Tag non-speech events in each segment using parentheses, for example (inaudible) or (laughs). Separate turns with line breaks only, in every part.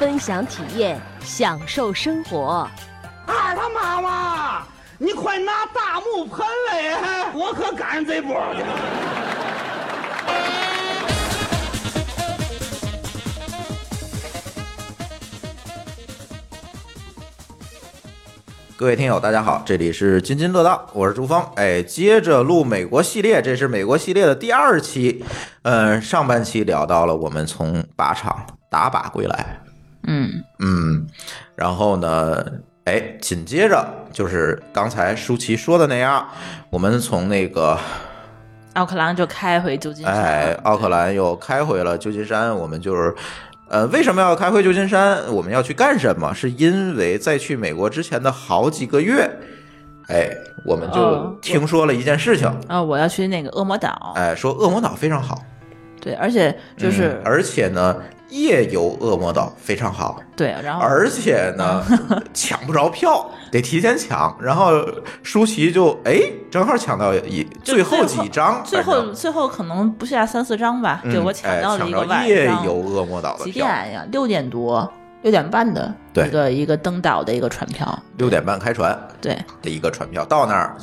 分享体验，享受生活。
二他妈妈，你快拿大木喷了耶！我可赶上这波了。
各位听友，大家好，这里是津津乐道，我是朱峰。哎，接着录美国系列，这是美国系列的第二期。呃，上半期聊到了我们从靶场打靶归来，
嗯
嗯，然后呢，哎，紧接着就是刚才舒淇说的那样，我们从那个
奥克兰就开回旧金山。
哎奥克兰又开回了旧金山，我们就是。呃，为什么要开回旧金山？我们要去干什么？是因为在去美国之前的好几个月，哎，我们就
哦
听说了一件事情，
啊、我要去那个恶魔岛。
哎，说恶魔岛非常好，
对，而且就是
嗯、、而且呢，夜游恶魔岛非常好，
对，然后
而且
(laughs)
呢，抢不着票，得提前抢。然后舒淇就哎，正好抢到一
就
最后几张，
最
反
后
正
最后可能不下三四张吧。对
嗯
我
哎
抢到了一个晚
夜
上，
游恶魔岛的
几
票
点，呀？六点多，六点半的
对
一个一个登岛的一个船票。
六点半开船
对，
的一个船票，到那儿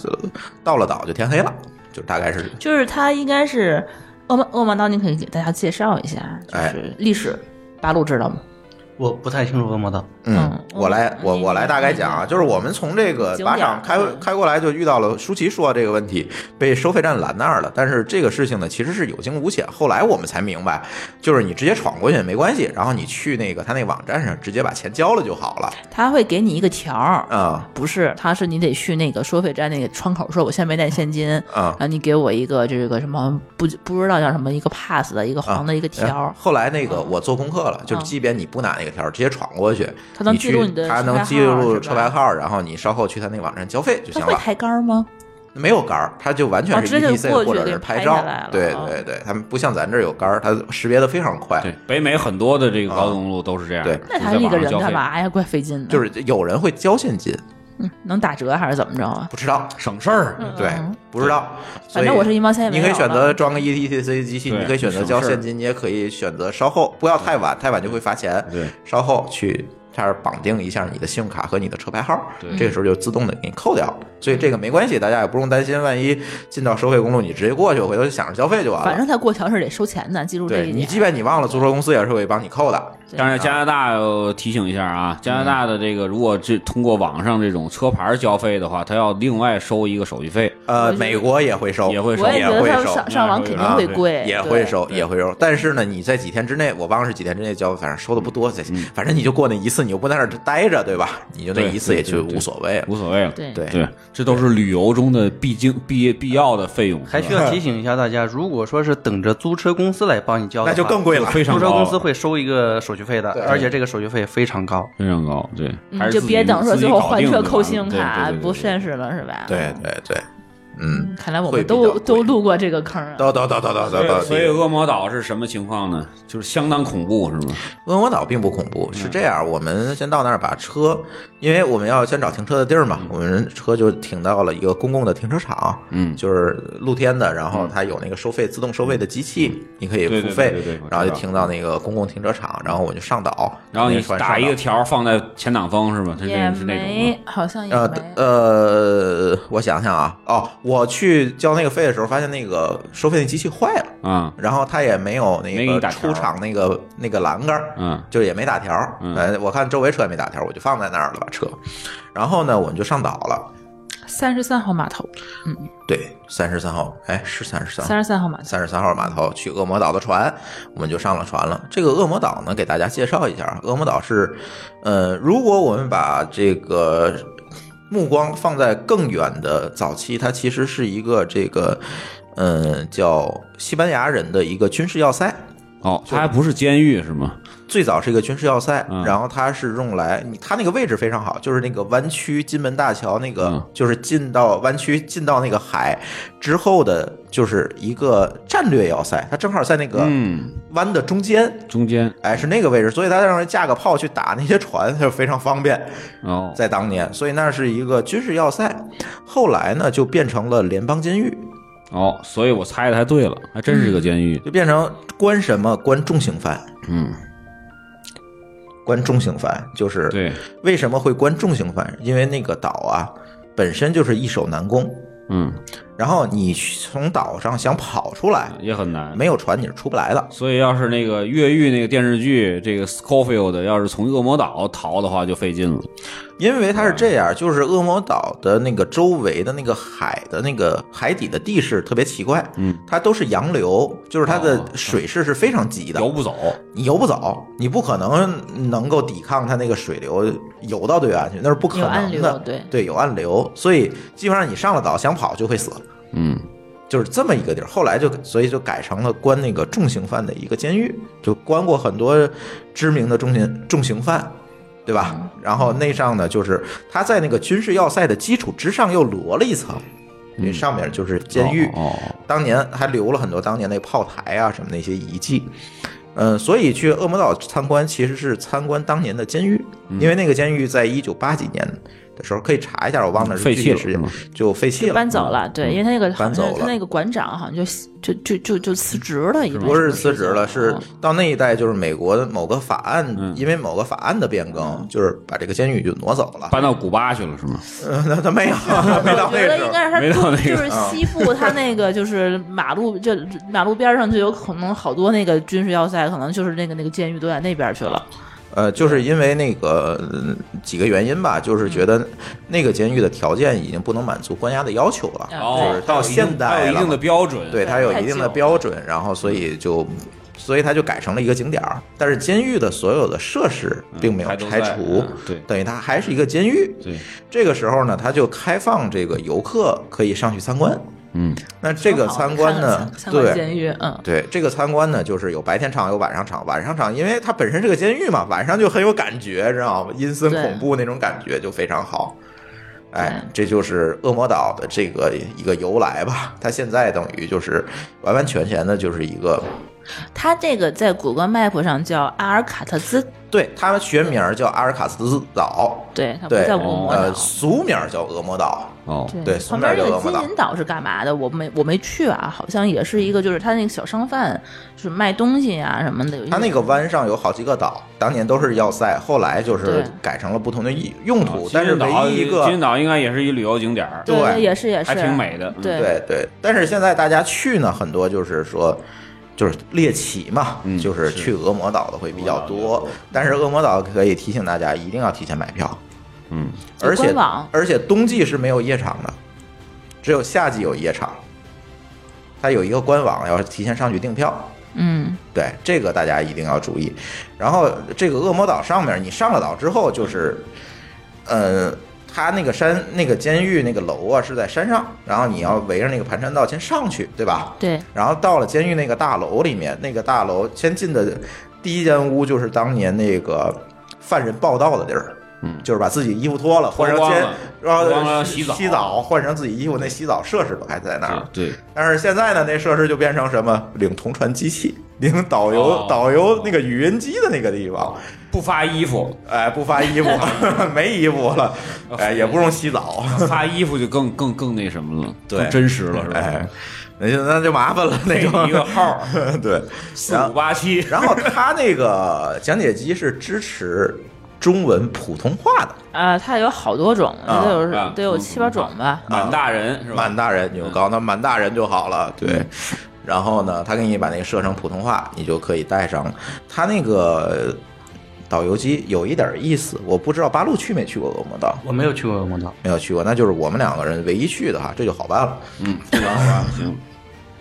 到了岛就天黑了，就大概是
就是它应该是恶魔恶魔岛，你可以给大家介绍一下，就
哎
是历史。八路知道吗？
我不太清楚恶魔岛，
嗯
嗯，
我来，我
你
我来大概讲啊，就是我们从这个
景点
靶场开
嗯
开过来，就遇到了舒淇说的这个问题，被收费站拦那儿了。但是这个事情呢，其实是有惊无险。后来我们才明白，就是你直接闯过去也没关系，然后你去那个他那网站上直接把钱交了就好了。
他会给你一个条儿，
啊、
不是，他是你得去那个收费站那个窗口说，我现在没带现金，
啊
然后你给我一个这个什么不不知道叫什么一个 pass 的一个黄的
嗯
一个条儿，
哎后来那个我做功课了，就是
嗯
即便你不拿那个条儿，直接闯过去，
它能记录
你
你的
去，他能记
车牌号
录
是吧
车牌号，然后你稍后去他那网站交费就
他
(laughs) 行
会
了。
抬杆儿吗？
没有杆儿，它就完全
哦
是 E
直接就
ETC
过去
或者
给
是
拍
照
下来了。
对
哦
对对，他们不像咱这儿有杆儿，它识别的非常快。
对，北美很多的这个高速公路都是这样。
对
那他一个人干
干？
嘛哎呀？怪费劲的，嗯
就是有人会交现金，
能打折还是怎么着啊？
不知道，
省事儿。
对，不知道。所
嗯反
以
正我是一毛钱也没
你可以
有
选
了
择装个 E ETC 机器，
对
你可以选择交现金，你也可以选择稍后，不要太晚，太晚就会罚钱。
对，
稍后去这儿绑定一下你的信用卡和你的车牌号，
对
这个时候就自动的给你扣掉了。所以这个没关系，大家也不用担心，万一进到收费公路，你直接过去，回头就想着交费就完了。
反正他过桥是得收钱的，记住这
对
一
你，
点。
即便你忘了，租车公司也是会帮你扣的。
但是加拿大呃提醒一下
嗯
啊，加拿大的这个如果这通过网上这种车牌交费的话，他要另外收一个手续费，
呃，美国也会收，
也会收
我也觉得
会
他
收
上上网肯定
啊
会贵，
也
对
会收，也会收。但是呢，你在几天之内，我忘了是几天之内交，反正收的不多，反正你就过那一次，你就不在那儿待着，对吧？你就那
对
一次也
对
就
对对
无所谓了。
无所谓了。
对
对
对，这都是旅游中的必经必必要的费用，
还需要提醒一下大家，如果说是等着租车公司来帮你交的
那
话，
就更贵了。
非常
租车
高
公司会收一个手续费的
对，
而且这个手续费非常高。
非常高。对，还
嗯，
是
就
自己
别等说
自己
最后
搞
还
定
车
就
扣
完
信用
了对
卡
对对对
不现实了是吧？
对对对，嗯，
看来我
会
们
比较
都
贵
都路过这个坑啊。
叨叨叨叨叨
所
叨
以
叨。
所以恶魔岛是什么情况呢？就是相当恐怖，是吗？
恶魔岛并不恐怖，
嗯
是这样，我们先到那儿把车，因为我们要先找停车的地儿嘛，我们车就停到了一个公共的停车场，
嗯
就是露天的，然后它有那个收费自动收费的机器，你可以
嗯对对
付费
对对对我知道，
然后就停到那个公共停车场，然后我就上岛，
然后你
那船上
打一个
岛。
条儿放在前挡风是吧？它
也
这是那种吗
没，好像也
呃
没。
呃，我想想啊，哦，我去交那个费的时候，发现那个收费那机器坏了，
啊，
然后它也没有
没
那
给你
个
打条
出厂那个那个栏杆儿，
嗯
就也没打条儿，
嗯
呃，我看周围车也没打条儿，我就放在那儿了把车，然后呢，我们就上岛了，
三十三号码头，
对，三十三号，哎，是三十三号
三。十三号码头，
三十三号码头去恶魔岛的船，我们就上了船了。这个恶魔岛呢，给大家介绍一下，啊恶魔岛是，呃，如果我们把这个目光放在更远的早期，它其实呃是一个这个，嗯、叫西班牙人的一个军事要塞。
哦，它还不是监狱是吗？
最早是一个军事要塞，
嗯
然后它是用来你它那个位置非常好，就是那个湾区金门大桥那个，
嗯
就是进到湾区进到那个海之后的，就是一个战略要塞，它正好在那个
嗯，
湾的中间，
中间
哎，是那个位置，所以它让人架个炮去打那些船，就非常方便。
哦，
在当年，所以那是一个军事要塞。后来呢，就变成了联邦监狱，
哦，所以我猜的还对了，还真是个监狱。
就变成关什么关重刑犯，
嗯，
关重刑犯就是
对，
为什么会关重刑犯？因为那个岛啊，本身就是易守难攻，
嗯，
然后你从岛上想跑出来，
也很难。
没有船你是出不来的。
所以要是那个越狱那个电视剧，这个 Scofield 要是从恶魔岛逃的话，就费劲了。
因为它是这样，就是恶魔岛的那个周围的那个海的那个海底的地势特别奇怪，
嗯，
它都是洋流，就是它
哦
的水势是非常急的，
游不走，
你游不走，你不可能能够抵抗它那个水流游到对岸去，那是不可
有暗
能的
流。对
对，有暗流，所以基本上你上了岛想跑就会死，
嗯，
就是这么一个地儿。后来就所以就改成了关那个重刑犯的一个监狱，就关过很多知名的重刑重刑犯，对
嗯
吧？然后内上呢，就是他在那个军事要塞的基础之上又摞了一层，因为上面就是监狱。
嗯哦哦
当年还留了很多当年那炮台啊什么那些遗迹。嗯，所以去恶魔岛参观其实是参观当年的监狱，
嗯
因为那个监狱在一九八几年的时候可以查一下，我忘了是
废
具
弃
体
了
时间
嗯，
就废弃了，
搬走了，对，因为他那个好
嗯搬
像
走
是
了
他那个馆长好像就就就就就辞职了，一
不是辞职了，是
哦
到那一代就是美国的某个法案，
嗯
因为某个法案的变更，就是把这个监狱就挪走了。
搬到古巴去了是吗？
呃那 (laughs) 他
(laughs)
没有，没到
我
那
觉得
时
应
候。
该是他
没到那个啊
就是西部，他那个就是马路，就马路边上就有可能好多那个军事要塞，可能就是那个那个监狱都在那边去了。
呃，就是因为那个嗯几个原因吧，就是觉
嗯
得那个监狱的条件已经不能满足关押的要求
啊
了，
哦
就是到现
还
代
有一定的
了，
标准。
对它有一定
太
的
久
标准，然后所以就。所以它就改成了一个景点儿，但是监狱的所有的设施并没
嗯
有
还都
拆
在
除，
嗯对
等于它还是一个监狱。
对，
这个时候呢，他就开放这个游客可以上去参观。
嗯，
那这个参观
看
呢
看，参观
对
监狱，嗯，
对，这个参观呢，就是有白天场有晚上场，晚上场因为它本身是个监狱嘛，晚上就很有感觉，知道吗？阴森
对
恐怖那种感觉就非常好。哎，这就是恶魔岛的这个一个由来吧。它现在等于就是完完全全的就是一个，
他这个在谷歌 Map 上叫阿尔卡特兹，
对，它的学名叫阿尔卡斯岛，
对，它不
对，
叫恶魔岛哎
呃，。俗名叫恶魔岛，
哦，
对
旁边
苏
那
梅尔
个
的恶魔
金
岛
银岛是干嘛的？我没我没去啊，好像也是一个，就是他那个小商贩，就是卖东西啊什么的。有一
它那个湾上有好几个岛，当年都是要塞，后来就是
对
改成了不同的用
哦
啊途，但是
金银
唯
岛
一一
金银
个。
岛应该也是一旅游景点儿，
对
对
也是也是
还挺美的。嗯
对
对对，但是现在大家去呢，很多就是说，就是猎奇嘛，
嗯
就是去恶魔岛的会比较多。但是恶魔岛可以提醒大家，一定要提前买票，
嗯，
而且
官网
而且冬季是没有夜场的，只有夏季有夜场。它有一个官网，要提前上去订票。
嗯，
对，这个大家一定要注意。然后这个恶魔岛上面，你上了岛之后就是，呃，它那个山、那个监狱、那个楼啊是在山上，然后你要围着那个盘山道先上去，对吧？
对，
然后到了监狱那个大楼里面，那个大楼先进的第一间屋就是当年那个犯人报道的地儿。
嗯
就是把自己衣服脱了，换
脱
成
光
监
了，
然后呃
脱光了
洗
洗澡
澡，换成自己衣服，那洗澡设施都还在那儿。
对，
但是现在呢，那设施就变成什么领同传机器、领导游、
哦
导游那个语音机的那个地方，
不发衣服，
哎，不发衣服， (laughs) 没衣服了，
哦
哎，也不用洗澡，
发衣服就更更更那什么了，
对
更真实了，是
哎
吧？，
那就那就麻烦了，那
配一个
就
号
(laughs)
儿
对。
四五八七，
然后它那个讲解机是支持中文普通话的，
啊，它有好多种，
啊
得有
啊
得有七八种吧。
满大人是吧？嗯
满大人牛高，那满大人就好了，对。然后呢，他给你把那个设成普通话，你就可以带上了。他那个导游机有一点意思，我不知道八路去没去过恶魔岛，
我没有去过恶魔岛，
没有去过，那就是我们两个人唯一去的哈，这就好办了。
嗯，这个好吧，行，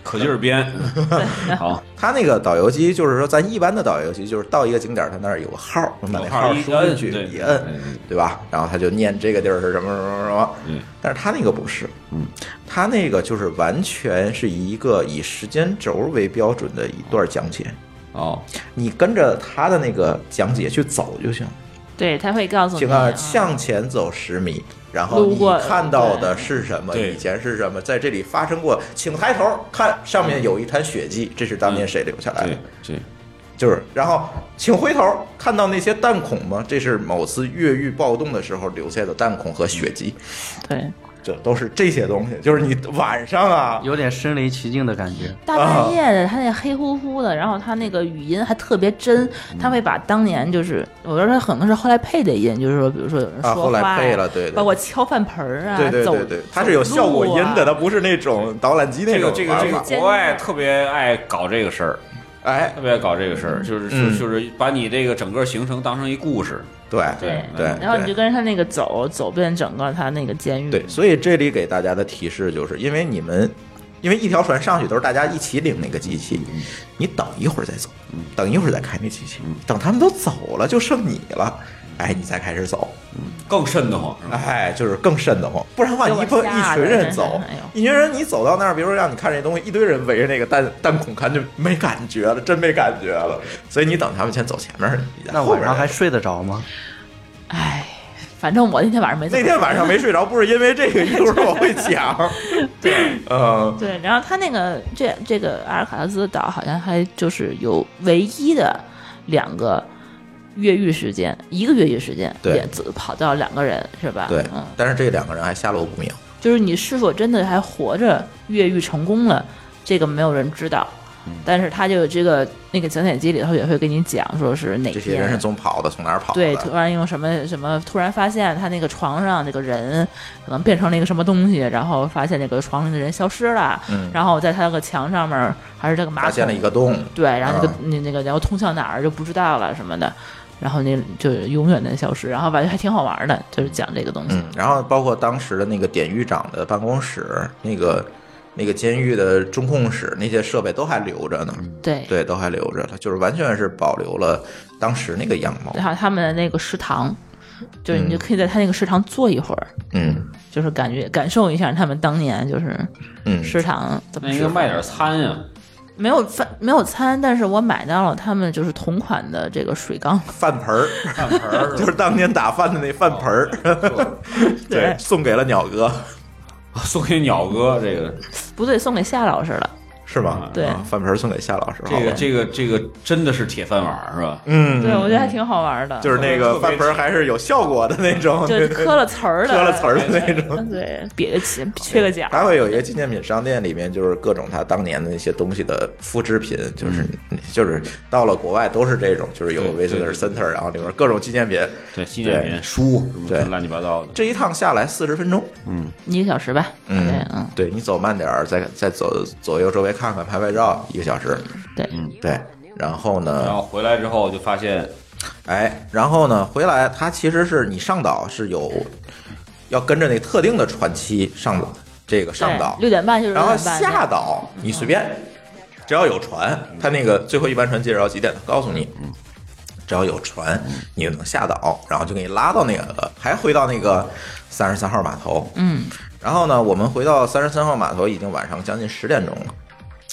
可劲儿编， (laughs) 好，
(laughs) 他那个导游机就是说，咱一般的导游机就是到一个景点，他那儿有个号儿，我们把那号
号
儿
儿一
输进
摁
去
对
一
对
摁
对对，
对吧？然后他就念这个地儿是什么什么什么。
嗯，
但是他那个不是，
嗯，
他那个就是完全是一个以时间轴为标准的一段讲解。
哦，
你跟着他的那个讲解去走就行。
对，他会告诉你
请啊，
嗯
向前走十米，然后
路
你
过
看到的是什
嗯
么？
对
以前是什么？在这里发生过，请抬头看，上面有一滩血迹，这是当年谁留下来的？
嗯对对，
就是，然后请回头看到那些弹孔吗？这是某次越狱暴动的时候留下的弹孔和血迹，
对，
这都是这些东西。就是你晚上啊，
有点身临其境的感觉。
大半夜的，他那黑乎乎的，然后他那个语音还特别真，
嗯
他会把当年就是，我觉得他可能是后来配的音，就是说，比如说有人
啊后
说话呀、
来配了对对对
包括敲饭盆儿啊，
对对
走
对对，它是有效果音的，它
走路啊
不是那种导览机那
这个
种
这个
玩
这个
法。
国外特别爱搞这个事儿，
哎，
特别爱搞这个事儿，就是
嗯
就就是把你这个整个行程当成一故事，
对
对
对，
然后你
对
就跟着他那个走，走遍整个他那个监狱。
对，所以这里给大家的提示就是，因为你们，因为一条船上去都是大家一起领那个机器，
嗯
你等一会儿再走，等一会儿再开那机器，等他们都走了，就剩你了。哎，你再开始走，
更瘆得慌。是吧
哎，就是更瘆得慌。不然的话，
给
你
我
一帮
吓
一
得
群
真
人
是
走
哎呦，
一群人你走到那儿，比如说让你看这东西，一堆人围着那个弹弹孔看，就没感觉了，真没感觉了。所以你等他们先走前面，你在
那
后
晚
边
上
来
还睡得着吗？
哎，反正我那天晚上没怎
那
么
天晚上没睡着，不是因为这个，一会儿我会
(laughs)
讲。对，嗯。
对，然后他那个这这个阿尔卡拉斯岛好像还就是有唯一的两个越狱事件，一个越狱事件，
对
也只跑到两个人是吧？
对
嗯，，
但是这两个人还下落不明。
就是你是否真的还活着越狱成功了，这个没有人知道。
嗯
但是他就有这个那个讲解机里头也会跟你讲，说是哪
这些人
天
是从跑的，从哪儿跑的？
对，突然用什么什么，突然发现他那个床上那个人可能变成了一个什么东西，然后发现那个床上的人消失了，
嗯
然后在他那个墙上面儿还是这个马
发
桶，
现了一个洞。
对，然后那个、
啊
那那个然后通向哪儿就不知道了什么的，然后那就永远的消失，然后感觉还挺好玩的，就是讲这个东西。
嗯，然后包括当时的那个典狱长的办公室，那个那个监狱的中控室，那些设备都还留着呢。
对，
对，都还留着了，就是完全是保留了当时那个样貌。
然后他们的那个食堂，就是你就
嗯
可以在他那个食堂坐一会儿，
嗯
就是感觉感受一下他们当年就是
嗯，
食堂怎么
那应该
吃法
卖点餐啊呀，
没有饭没有餐，但是我买到了他们就是同款的这个水缸，
饭盆儿，
饭盆儿哦
(laughs) 就是当年打饭的那饭盆儿。对，送给了鸟哥，
送给鸟哥这个
不对，送给夏老师了。
是吗？
对
啊饭盆儿送给夏老师。
这个
好吧
这个这个真的是铁饭碗儿是吧？
嗯，
对，我觉得还挺好玩的，
就是那个饭盆儿还是有效果的那种，
就
对
是
对
磕了词儿的，
磕了词儿的那种。
对，瘪个起，缺个角。
它会有一个纪念品商店，里面就是各种他当年的那些东西的复制品，就是、
嗯
就是到了国外都是这种，就是有个
对
visitor
对
center，然后里面各种纪念品。
对，纪念品、书什么
对
乱七八糟的。
这一趟下来四十分钟，
一个小时吧，
嗯
对，嗯，
对你走慢点儿，再再走左右周围看看，拍拍照，一个小时，
对，
对。然后
然
呢，
后回来之后就发现，
哎，然后呢，回来它其实是你上岛是有要跟着那特定的船期上这个上岛，
六点半就是六嗯
然后
点半，
下岛你随便，只要有船，他那个最后一班船介绍几点，他告诉你。只要有船，你就能下岛，然后就给你拉到那个，还回到那个三十三号码头。
嗯，
然后呢，我们回到三十三号码头已经晚上将近十点钟了，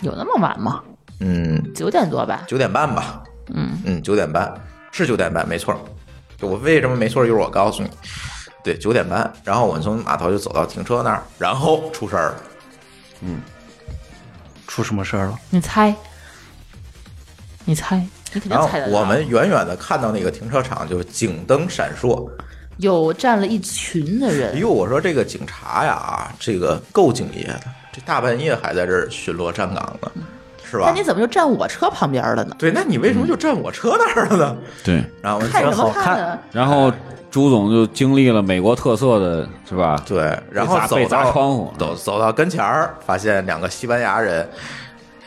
有那么晚吗？
嗯，
九点多吧，
九点半吧，
嗯，
嗯，九点半是九点半，没错。就我为什么没错，一会儿我告诉你。对，九点半，然后我们从码头就走到停车那儿，然后出事儿了。
出什么事儿了？
你猜，你猜，你肯定
然后
猜得到。
我们远远的看到那个停车场就是警灯闪烁，
有站了一群的
哎
人，
呦，我说这个警察呀，这个够敬业的，这大半夜还在这儿巡逻站岗呢，是
那
吧
你？怎么就站我车旁边了呢？
对，那你为什么就站我车那儿了呢？
对，
然后我
嗯看啊
就
什么
好看
呢？
然后朱总就经历了美国特色的，是吧？
对，然后
被砸
走
被砸
到
窗户
走走到跟前儿，发现两个西班牙人。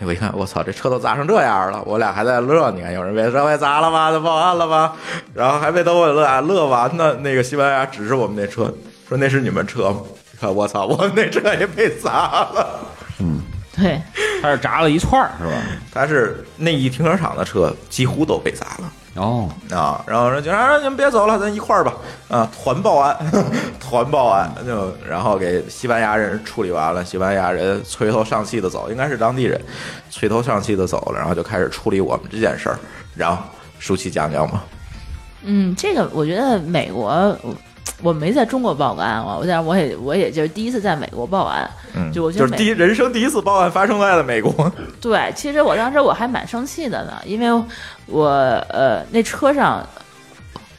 我一看，我操，这车都砸成这样了，我俩还在乐。你看，有人被车被砸了吧？都报案了吧？然后还没等我乐啊乐完呢，那个西班牙人指着我们那车，说那是你们车吗？你看，我操，我们那车也被砸了。 (laughs)
对，
他是炸了一串儿，是吧？
但是那一停车场的车几乎都被砸了，
哦，
啊，然后说警察说你们别走了，咱一块儿吧，啊，团报案， (laughs) 团报案，就然后给西班牙人处理完了，西班牙人垂头丧气的走，应该是当地人，垂头丧气的走了，然后就开始处理我们这件事儿，然后舒淇讲讲吧，
嗯，这个我觉得美国，我我没在中国报过案啊，我但我也我也就是第一次在美国报案，
嗯，
就我觉
就是
得美
第一人生第一次报案发生在了美国，
对，其实我当时我还蛮生气的呢，因为我呃那车上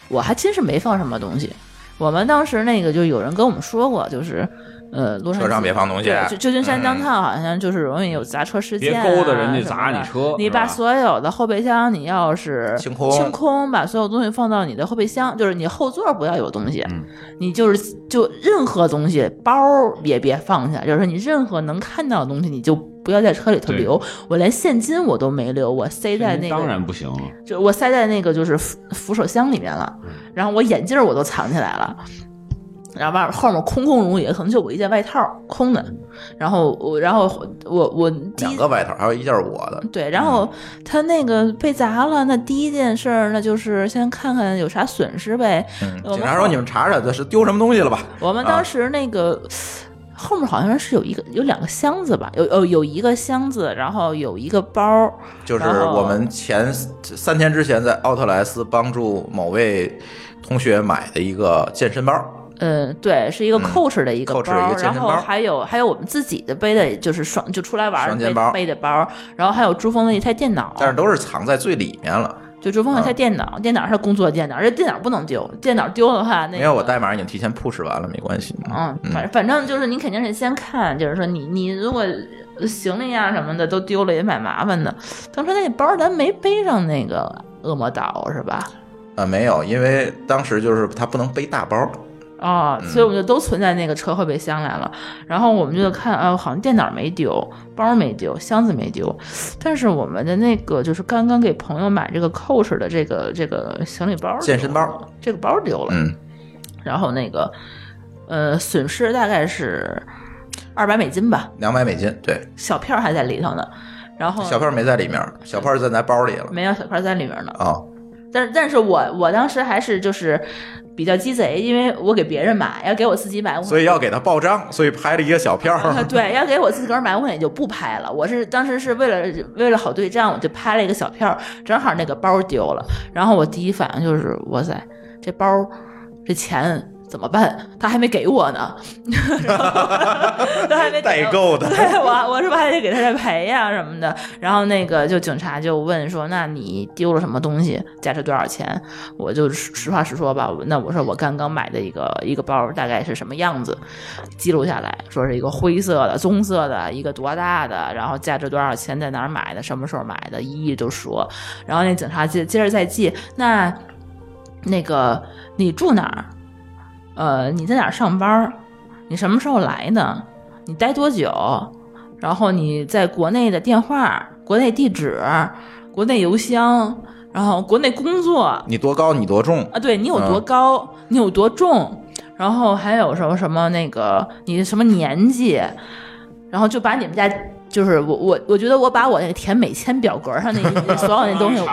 我还真是没放什么东西。我们当时那个就有人跟我们说过，就是呃，洛杉矶
车上别放东西
对旧旧金山
嗯
downtown 好像就是容易有砸车事
别
件、啊，
勾搭人家砸你
什么的。
车，
你
是
把
吧
所有的后备箱，你要是
清空
清空，把所有东西放到你的后备箱，就是你后座不要有东西，
嗯
你就是就任何东西，包儿也别放下，就是你任何能看到的东西，你就不要在车里头
对
留。我连现金我都没留，我塞在那个，
当然不行了，
就我塞在那个就是扶扶手箱里面了，
嗯
然后我眼镜儿我都藏起来了。然后外面后面空空如也，可能就我一件外套空的。
嗯
然后我，然后我我第一
两个外套，还有一件我的，
对，然后
嗯
他那个被砸了，那第一件事儿那就是先看看有啥损失呗。
嗯
我们
警察说你们查查这是丢什么东西了吧，
我们
啊
当时那个、后面好像是有一个有两个箱子吧，有有有一个箱子，然后有一个包儿，
就是
然后
我们前三天之前在奥特莱斯帮助某位同学买的一个健身包，
嗯，对，是一个
嗯
Coach 的一个包，
Coach 的一个健
然
身
后
包
还有还有我们自己的背的，就是双就出来玩儿
双
背
肩包
背的包，然后还有珠峰的一台电脑，
但是都是藏在最里面了。
就珠峰的一台
啊
电脑，电脑是工作电脑，这电脑不能丢，电脑丢的话，那个、
因为我代码已经提前 push 完了，没关系。
嗯，反正反正就是你肯定是先看，就是说你你如果呃行李啊什么的都丢了也蛮麻烦的。当时那包儿咱没背上那个恶魔岛是吧？
呃，没有，因为当时就是他不能背大包，
啊、
嗯
所以我们就都存在那个车后备箱来了。然后我们就看，啊，好像电脑没丢，包没丢，箱子没丢，但是我们的那个就是刚刚给朋友买这个 Coach 的这个这个行李包丢了，
健身包
这个包丢了。
嗯，
然后那个，呃，损失大概是二百美金吧。
两百美金，对，
小票还在里头呢，然后
小票没在里面，
嗯
小票在咱包里了
没有小票在里面呢。
啊。
但是但是我我当时还是就是比较鸡贼，因为我给别人买，要给我自己买，我
所以要给他报账，所以拍了一个小票。
(laughs) 啊对，要给我自个儿买，我也就不拍了。我是当时是为了为了好对账，我就拍了一个小票，正好那个包丢了。然后我第一反应就是，哇塞，这包这钱怎么办？他还没给我呢， (laughs) 然后他还没给我
代购的
对我我是不是还得给他再赔呀、什么的？然后那个就警察就问说，那你丢了什么东西？价值多少钱？我就实实话实说吧，我那我说我刚刚买的一个一个包大概是什么样子，记录下来，说是一个灰色的、棕色的，一个多大的，然后价值多少钱，在哪儿买的，什么时候买的，一一都说。然后那警察接接着再记，那那个你住哪儿？呃，你在哪儿上班儿？你什么时候来的？你待多久？然后你在国内的电话、国内地址、国内邮箱，然后国内工作，啊
你多高，你多重，
啊，对你有多
嗯
高，你有多重，然后还有什么什么那个你什么年纪，然后就把你们家就是我我我觉得我把我那个填每签表格上那一所有那东西
(laughs)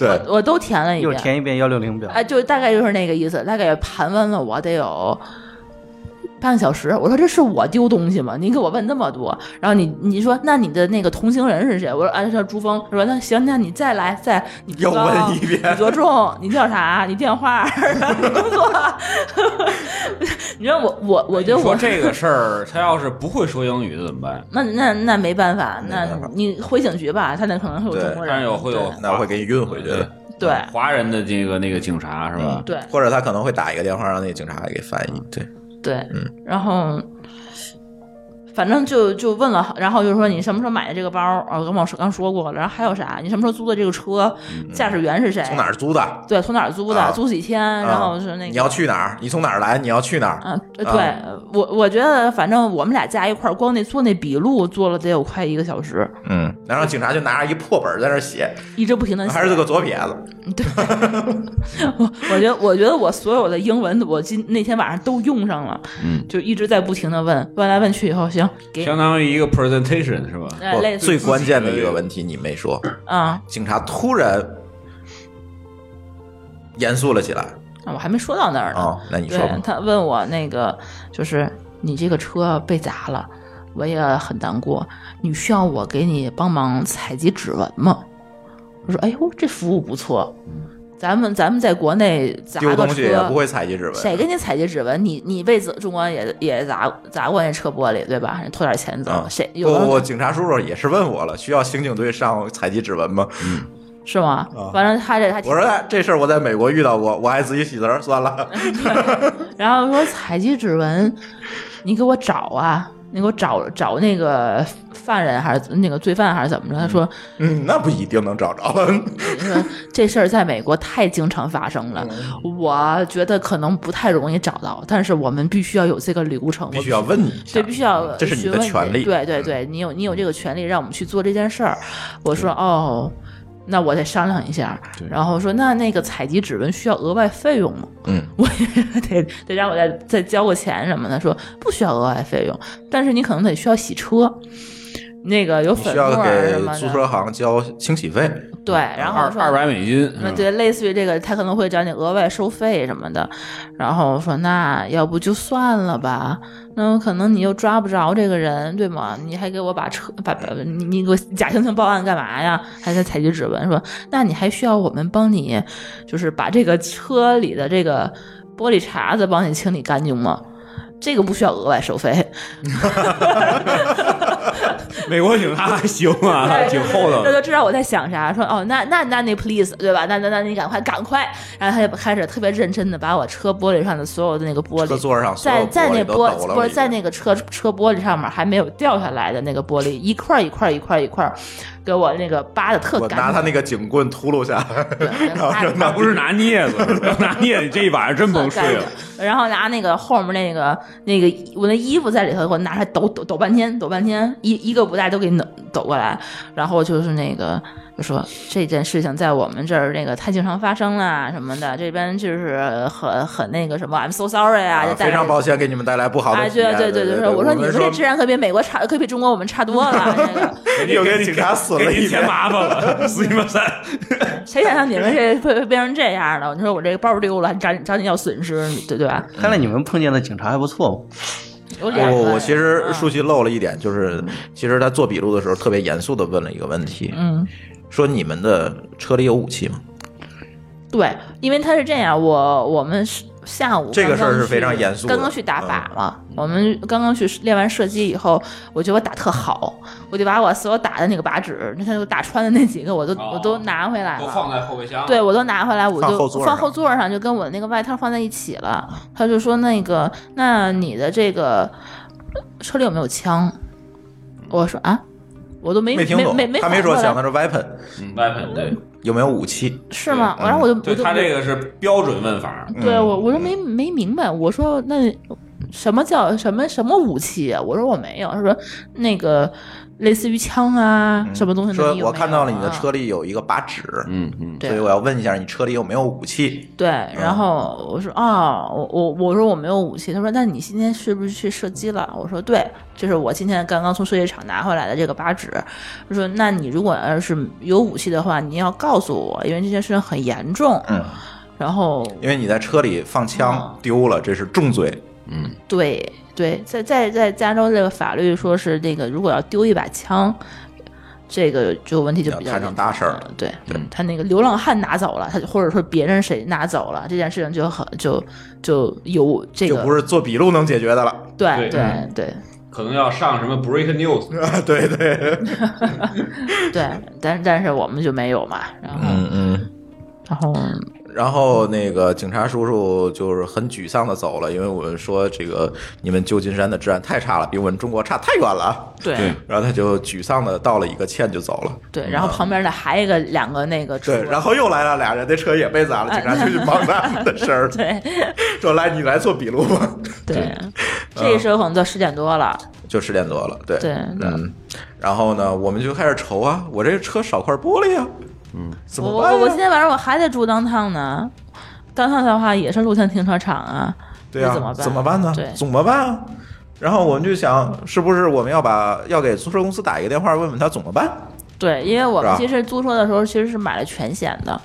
对，
我都填了一
又
遍，
填一遍幺六零表，
哎，就大概就是那个意思，大概盘问了我得有半个小时。我说这是我丢东西吗？您给我问那么多，然后你你说那你的那个同行人是谁？我说啊，叫朱峰。他说那行，那你再来再你多
又
高
问一遍
你多重？你叫啥？你电话？你工作？你说 (laughs) 我我我觉得
你说
我
这个事儿，他要是不会说英语的怎么办？
那那那没办法，那
没办法
你回警局吧，他那可能会有
对
中国人，
但是有会有
那会给你运回去的，
对
呃华人的这个那个警察是吧？
对
或者他可能会打一个电话让那个警察给翻译。对，
对，
嗯
然后反正就就问了，然后就说你什么时候买的这个包？啊，我跟我刚说过了，然后还有啥？你什么时候租的这个车？驾驶员是谁？
嗯从哪？儿租的？
对，从哪儿租的？
啊
租几天？然后是哎那
啊
个
你要去哪儿？你从哪儿来？你要去哪儿？
啊，对，我我觉得反正我们俩加一块儿，光那做那笔录做了得有快一个小时，
嗯，然后警察就拿着一破本儿在那儿写，
一直不停的
还是个左撇子。
对，我 (laughs) 我觉得我觉得我所有的英文我今那天晚上都用上了，
嗯，
就一直在不停的问，问来问去以后，行，给
相当于一个 presentation 是吧？
哎
不
类似
最关键的一个问题你没说，
啊，
警察突然严肃了起来
啊，我还没说到那儿呢。
啊、那你说吧
对，他问我那个，就是你这个车被砸了，我也很难过，你需要我给你帮忙采集指纹吗？我说，哎呦，这服务不错，咱们咱们在国内砸
嗯丢
个
东
车
西也不会采集指纹，
谁给你采集指纹？你你被责中国也也砸砸过那车玻璃对吧？人偷点钱走，
啊？
谁有
不
人
不，警察叔叔也是问我了，需要刑警队上采集指纹吗？
是吗
啊？
反正他这他挺
我说哎这事儿我在美国遇到过，我还自己洗字儿，算了。 (laughs)
然后说采集指纹，你给我找啊，你给我找找那个犯人还是那个罪犯还是怎么着？他说
嗯，那不一定能找着。
你说这事儿在美国太经常发生了，
嗯
我觉得可能不太容易找到，但是我们必须要有这个流程，
(laughs) 必须要问你一下
对，必须要
嗯这是你的
询问
权利嗯
对对对，你有你有这个权利让我们去做这件事儿。我说哦，那我得商量一下。然后说那那个采集指纹需要额外费用吗？ (laughs)
嗯，
我也得得让我再再交个钱什么的。说不需要额外费用，但是你可能得需要洗车，那个有
你
粉
需
末
要
儿
给
什么
租
的。
车嗯行交清洗费。
对，然后
二
说
二百美金，是
那
吧
对，类似于这个，他可能会找你额外收费什么的。然后我说，那要不就算了吧，那可能你又抓不着这个人，对吗？你还给我把车把把你你给我假惺惺报案干嘛呀？还在采集指纹，说那你还需要我们帮你，就是把这个车里的这个玻璃碴子帮你清理干净吗？这个不需要额外收费，
美国警察还行啊，挺厚道的。
那就知道我在想啥，说哦，那那那你 please 对吧？那那那你赶快赶快，然后他就开始特别认真的把我车玻璃上的所有的那个玻
车
璃。
座上所
在
有
在
玻
那
璃都
玻
抖了
不
我一
是
下，
在那个车车玻璃上面还没有掉下来的那个玻璃一块儿一块儿一块儿一块儿，给我那个扒的特
我
干净。
拿他那个警棍秃噜下来， (laughs)
对扒得
那不是拿镊子， (laughs) 要拿镊子这一晚上 (laughs) 真啊
特
甭
干 (laughs)
睡了。
净，然后拿那个后面那个那个我那衣服在里头，给我拿出来抖抖抖半天，抖半天，一一个不带都给你抖抖过来。然后就是那个就说这件事情在我们这儿那个太经常发生了什么的，这边就是很很那个什么，I'm so sorry 啊，就
啊
带
非常抱歉给你们带来不好的
哎，
体验。
对对
对
对
对，
我说
说
你们这质量可比美国差，可比中国我们差
(laughs)
多了。那个
又给警察损了
给
一
你添
遍。
麻烦了，死你妈三！
谁想象你们这会会变成这样的？你说我这个包丢了，找你找你要损失，对对吧？
看来你们碰见的警察还不错哦
有两
我
个
哦我其实
嗯
舒淇漏了一点，就是其实他做笔录的时候特别严肃的问了一个问题，
嗯。
说你们的车里有武器吗？
对，因为他是这样，我我们是下午
这个事儿
刚刚
是非
去
常严肃的嗯
刚刚去打靶嘛，我们刚刚去练完射击以后，我觉得我打特好，我就把我所有打的那个靶纸，那他就打穿的那几个，我都、
哦
我都拿回来了。
在后备箱
对，，我都拿回来，我
放
就
后座
放
上
后座上，就跟我那个外套放在一起了。他就说那个，那你的这个车里有没有枪？我说啊，我都没
没听
没
懂
没，没
他没
反
说
过来
枪，他说 weapon
外喷对，
有没有武器？
是吗？
嗯
然后我就我
就
就
他这个是标准问法，
对
嗯
我，我说没没明白，我说那什么叫什么什么武器、啊？我说我没有，他说那个类似于枪啊，什么东
嗯
西的
说
你有没有啊？
我看到了你的车里有一个靶纸，
嗯嗯，
对
所以我要嗯问一下你车里有没有武器？
对，然后我说哦，我我我说我没有武器，他说那你今天是不是去射击了？我说对，这是我今天刚刚从射击场拿回来的这个靶纸。他说那你如果要是有武器的话，你要告诉我，因为这件事情很严重。
嗯，
然后
因为你在车里放
嗯
枪丢了，这是重罪。
对对，在在在加州这个法律说是那个，如果要丢一把枪，这个就问题就比较
摊上大事儿了
严重了对，他那个流浪汉拿走了，他或者说别人谁拿走了，这件事情就很就就有这
就
个
不是做笔录能解决的了， (laughs)
对
对
对对
可能要上什么 break news，
对对，
对，但但是我们就没有嘛，然后、
嗯。
然后
然后那个警察叔叔就是很沮丧的走了，因为我们说这个你们旧金山的治安太差了，比我们中国差太远了。
对
对
然后他就沮丧的道了一个歉就走了。
对，然后旁边的还有一个两个那个车
对，然后又来了俩人，那车也被砸了，警察就去忙他的事儿，
(laughs) 对
说来你来做笔录吧，
对，这
嗯
时候可能都十点多了，
(laughs) 就十点多了，对
对
嗯，然后呢，我们就开始愁啊，我这车少块玻璃啊，嗯，怎
我
么
我
办
我我今
呀？
天晚上我还得住当趟呢，当趟的话也是露天停车场啊，
对呀、
那怎么
啊，
办？
怎么办呢？
对
怎么办啊？然后我们就想，是不是我们要把要给租车公司打一个电话，问问他怎么办？
对，因为我
是吧
们其实租车的时候其实是买了全险的，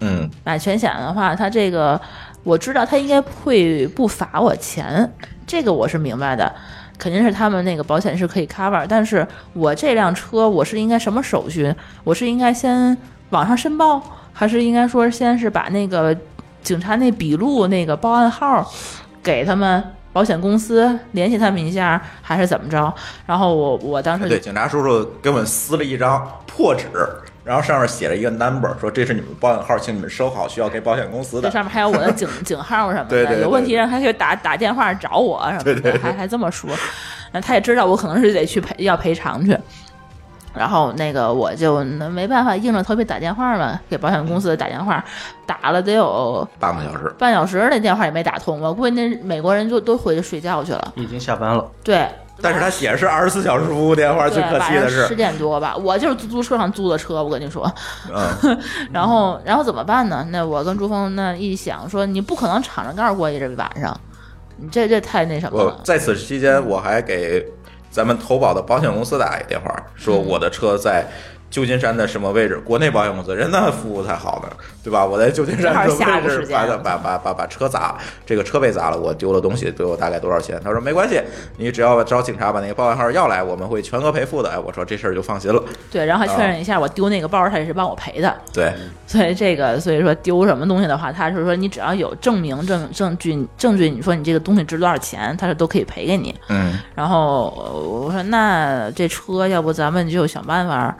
嗯
买全险的话，它这个我知道它应该会不罚我钱，这个我是明白的，肯定是他们那个保险是可以 cover。但是我这辆车我是应该什么手续？我是应该先网上申报，还是应该说先是把那个警察那笔录那个报案号给他们？保险公司联系他们一下，还是怎么着？然后我我当时就
对，警察叔叔给我们撕了一张破纸，然后上面写了一个 number，说这是你们保险号，请你们收好，需要给保险公司
这
的。
上面还有我的
(laughs)
警警号什么的，
对对对
有问题人还可以打打电话找我什么的，还还这么说，那他也知道我可能是得去赔要赔偿去。然后那个我就那没办法，硬着头皮打电话嘛，给保险公司打电话，打了得有
半个小时，
半小时，那电话也没打通。我估计那美国人就都回去睡觉去了。
已经下班了，
对，
但是他写的是二十四小时服务电话，啊最
对，
可
晚
气
上
的
十
是，
点多吧，我就是出租车上租的车，我跟你说。
嗯，
(laughs) 然后，然后怎么办呢？那我跟朱峰那一想说，你不可能敞着盖儿过去这晚上，你这这太那什么
我
了。
在此期间我还给咱们投保的保险公司打一电话，说
嗯
我的车在。旧金山的什么位置？国内保险公司人那服务才好呢，对吧？我在旧金山什
正好下
么
个
位
时
置
间
把把把把把车砸，这个车被砸了，我丢了东西，对我大概多少钱？他说没关系，你只要找警察把那个报案号要来，我们会全额赔付的。哎，我说这事儿就放心了。
对，然后还确认一下，我丢那个包儿他也是帮我赔的。
对，
所以这个，所以说丢什么东西的话，他是说你只要有证明证证据证据，你说你这个东西值多少钱，他是都可以赔给你。
嗯，
然后呃我说那这车要不咱们就想办法，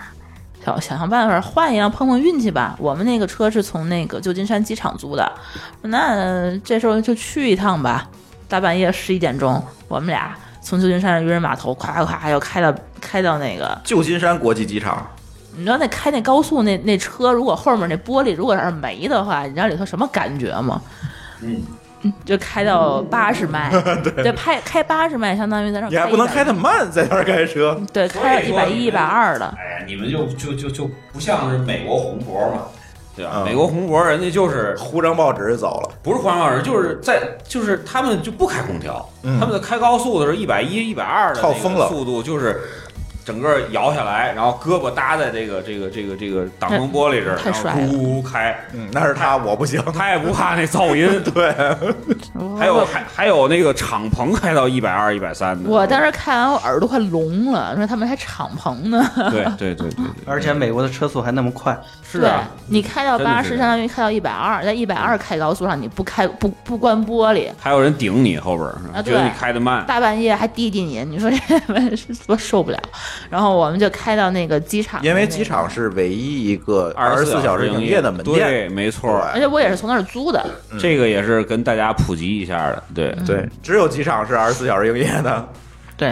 想想想办法换一辆碰碰运气吧。我们那个车是从那个旧金山机场租的，那这时候就去一趟吧。大半夜十一点钟，我们俩从旧金山的渔人码头咵咵咵又开到开到那个，
旧金山国际机场，
你知道那开那高速那那车，如果后面那玻璃如果要是没的话，你知道里头什么感觉吗？嗯。就开到八
(laughs)
十迈，对，拍开八十迈，相当于在那儿
你还不能
100
开得慢，在那儿开车。
对，开到一百一、一百二了。
哎呀，你们就就就就不像是美国红脖嘛，对吧？
嗯
美国红脖人家就是
糊张报纸就走了，
不是环保人，就是在就是他们就不开空调，
嗯
他们在开高速的时候一百一、一百二的
靠风
那个
了
速度就是。整个摇下来，然后胳膊搭在这个这个这个这个挡风玻璃这儿，
太
然
帅
后
了
呜呜开，
嗯，那是他，我不行。
他也不怕那噪音。
(laughs) 对，
我
还有还还有那个敞篷开到一百二、一百三的。
我当时看完我耳朵快聋了，说他们还敞篷呢。
对对对
(laughs)
对对，
而且美国的车速还那么快，
(laughs) 是啊，
对你开到
真的
八
是
十，相当于开到一百二，在一百二开高速上，你不开不不关玻璃，
还有人顶你后边儿，
啊
觉得你
对
开的慢。
大半夜还滴滴你，你说这是多受不了。然后我们就开到那个机场，
因为机，场是唯一一个二
二
十四小时营业的门店。嗯
对，没错儿，
而且我也是从那儿租的，
这个也是跟大家普及一下的，对。
嗯
对，只有机场是二十四小时营业 (laughs) 的。
对。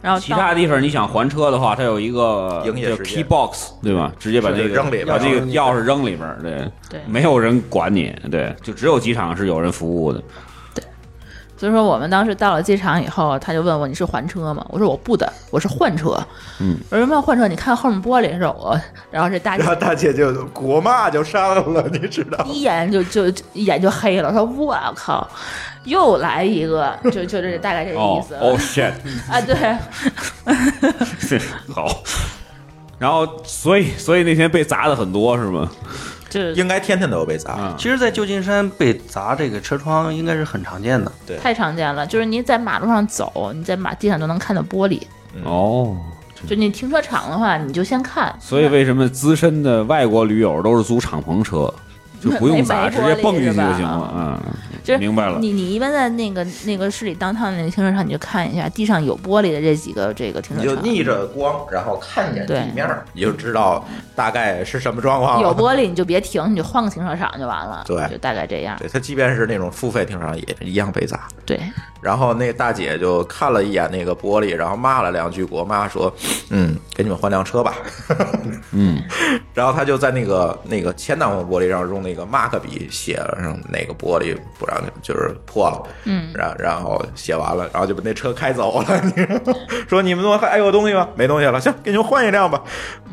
然后
其
到
他地方你想还车的话，它有一个
营业
叫
时间嗯
key box，对吧？直接把那个
是扔里边
把这个
儿
钥匙扔里边儿，对，
对
没有人管你，对，就只有机场是有人服务的。
所以说，我们当时到了机场以后，他就问我你是还车吗？我说我不的，我是换车。
嗯，
我说什么要换车？你看后面玻璃是我。然后
(laughs)
这大姐
然后大姐就国骂就上了，你知道吗？
一眼就就就一眼就黑了，说我靠，又来一个，就就这大概这个意
哦
思、
哦 shit， (laughs)
啊，对，
好。然后，所以，所以那天被砸的很多是吗？
就是
应该天天都有被砸。
啊
其实，在旧金山被砸这个车窗应该是很常见的。
太常见了，就是你在马路上走，你在马地上都能看到玻璃。
嗯
哦，
就你停车场的话，你就先看，
所以为什么资深的外国驴友都是租敞篷车，就不用砸，
没
直
没玻璃
接蹦进去
是
就
吧
行了。嗯，
就是
明白了。
你你一般在那个那个市里当趟那个停车场，你就看一下地上有玻璃的这几个这个停
你
车
就
场，
逆着光，然后看一眼
对
地面儿，你就知道大概是什么状况
有
了。
玻璃你就别停，你就换个停车场就完了。
对
就大概这样。
对，它即便是那种付费停车场也一样被砸。
对，
然后那大姐就看了一眼那个玻璃，然后骂了两句国骂，说：“嗯，给你们换辆车吧。” (laughs)
嗯，
然后她就在那个那个前挡风玻璃上用那个 mark 笔写了上哪个玻璃不让然后就就是破了，
嗯
然然后写完了，然后就把那车开走了。 (laughs) 你知道吗说你们怎么还还有东西吗？没东西了，行，给你们换一辆吧。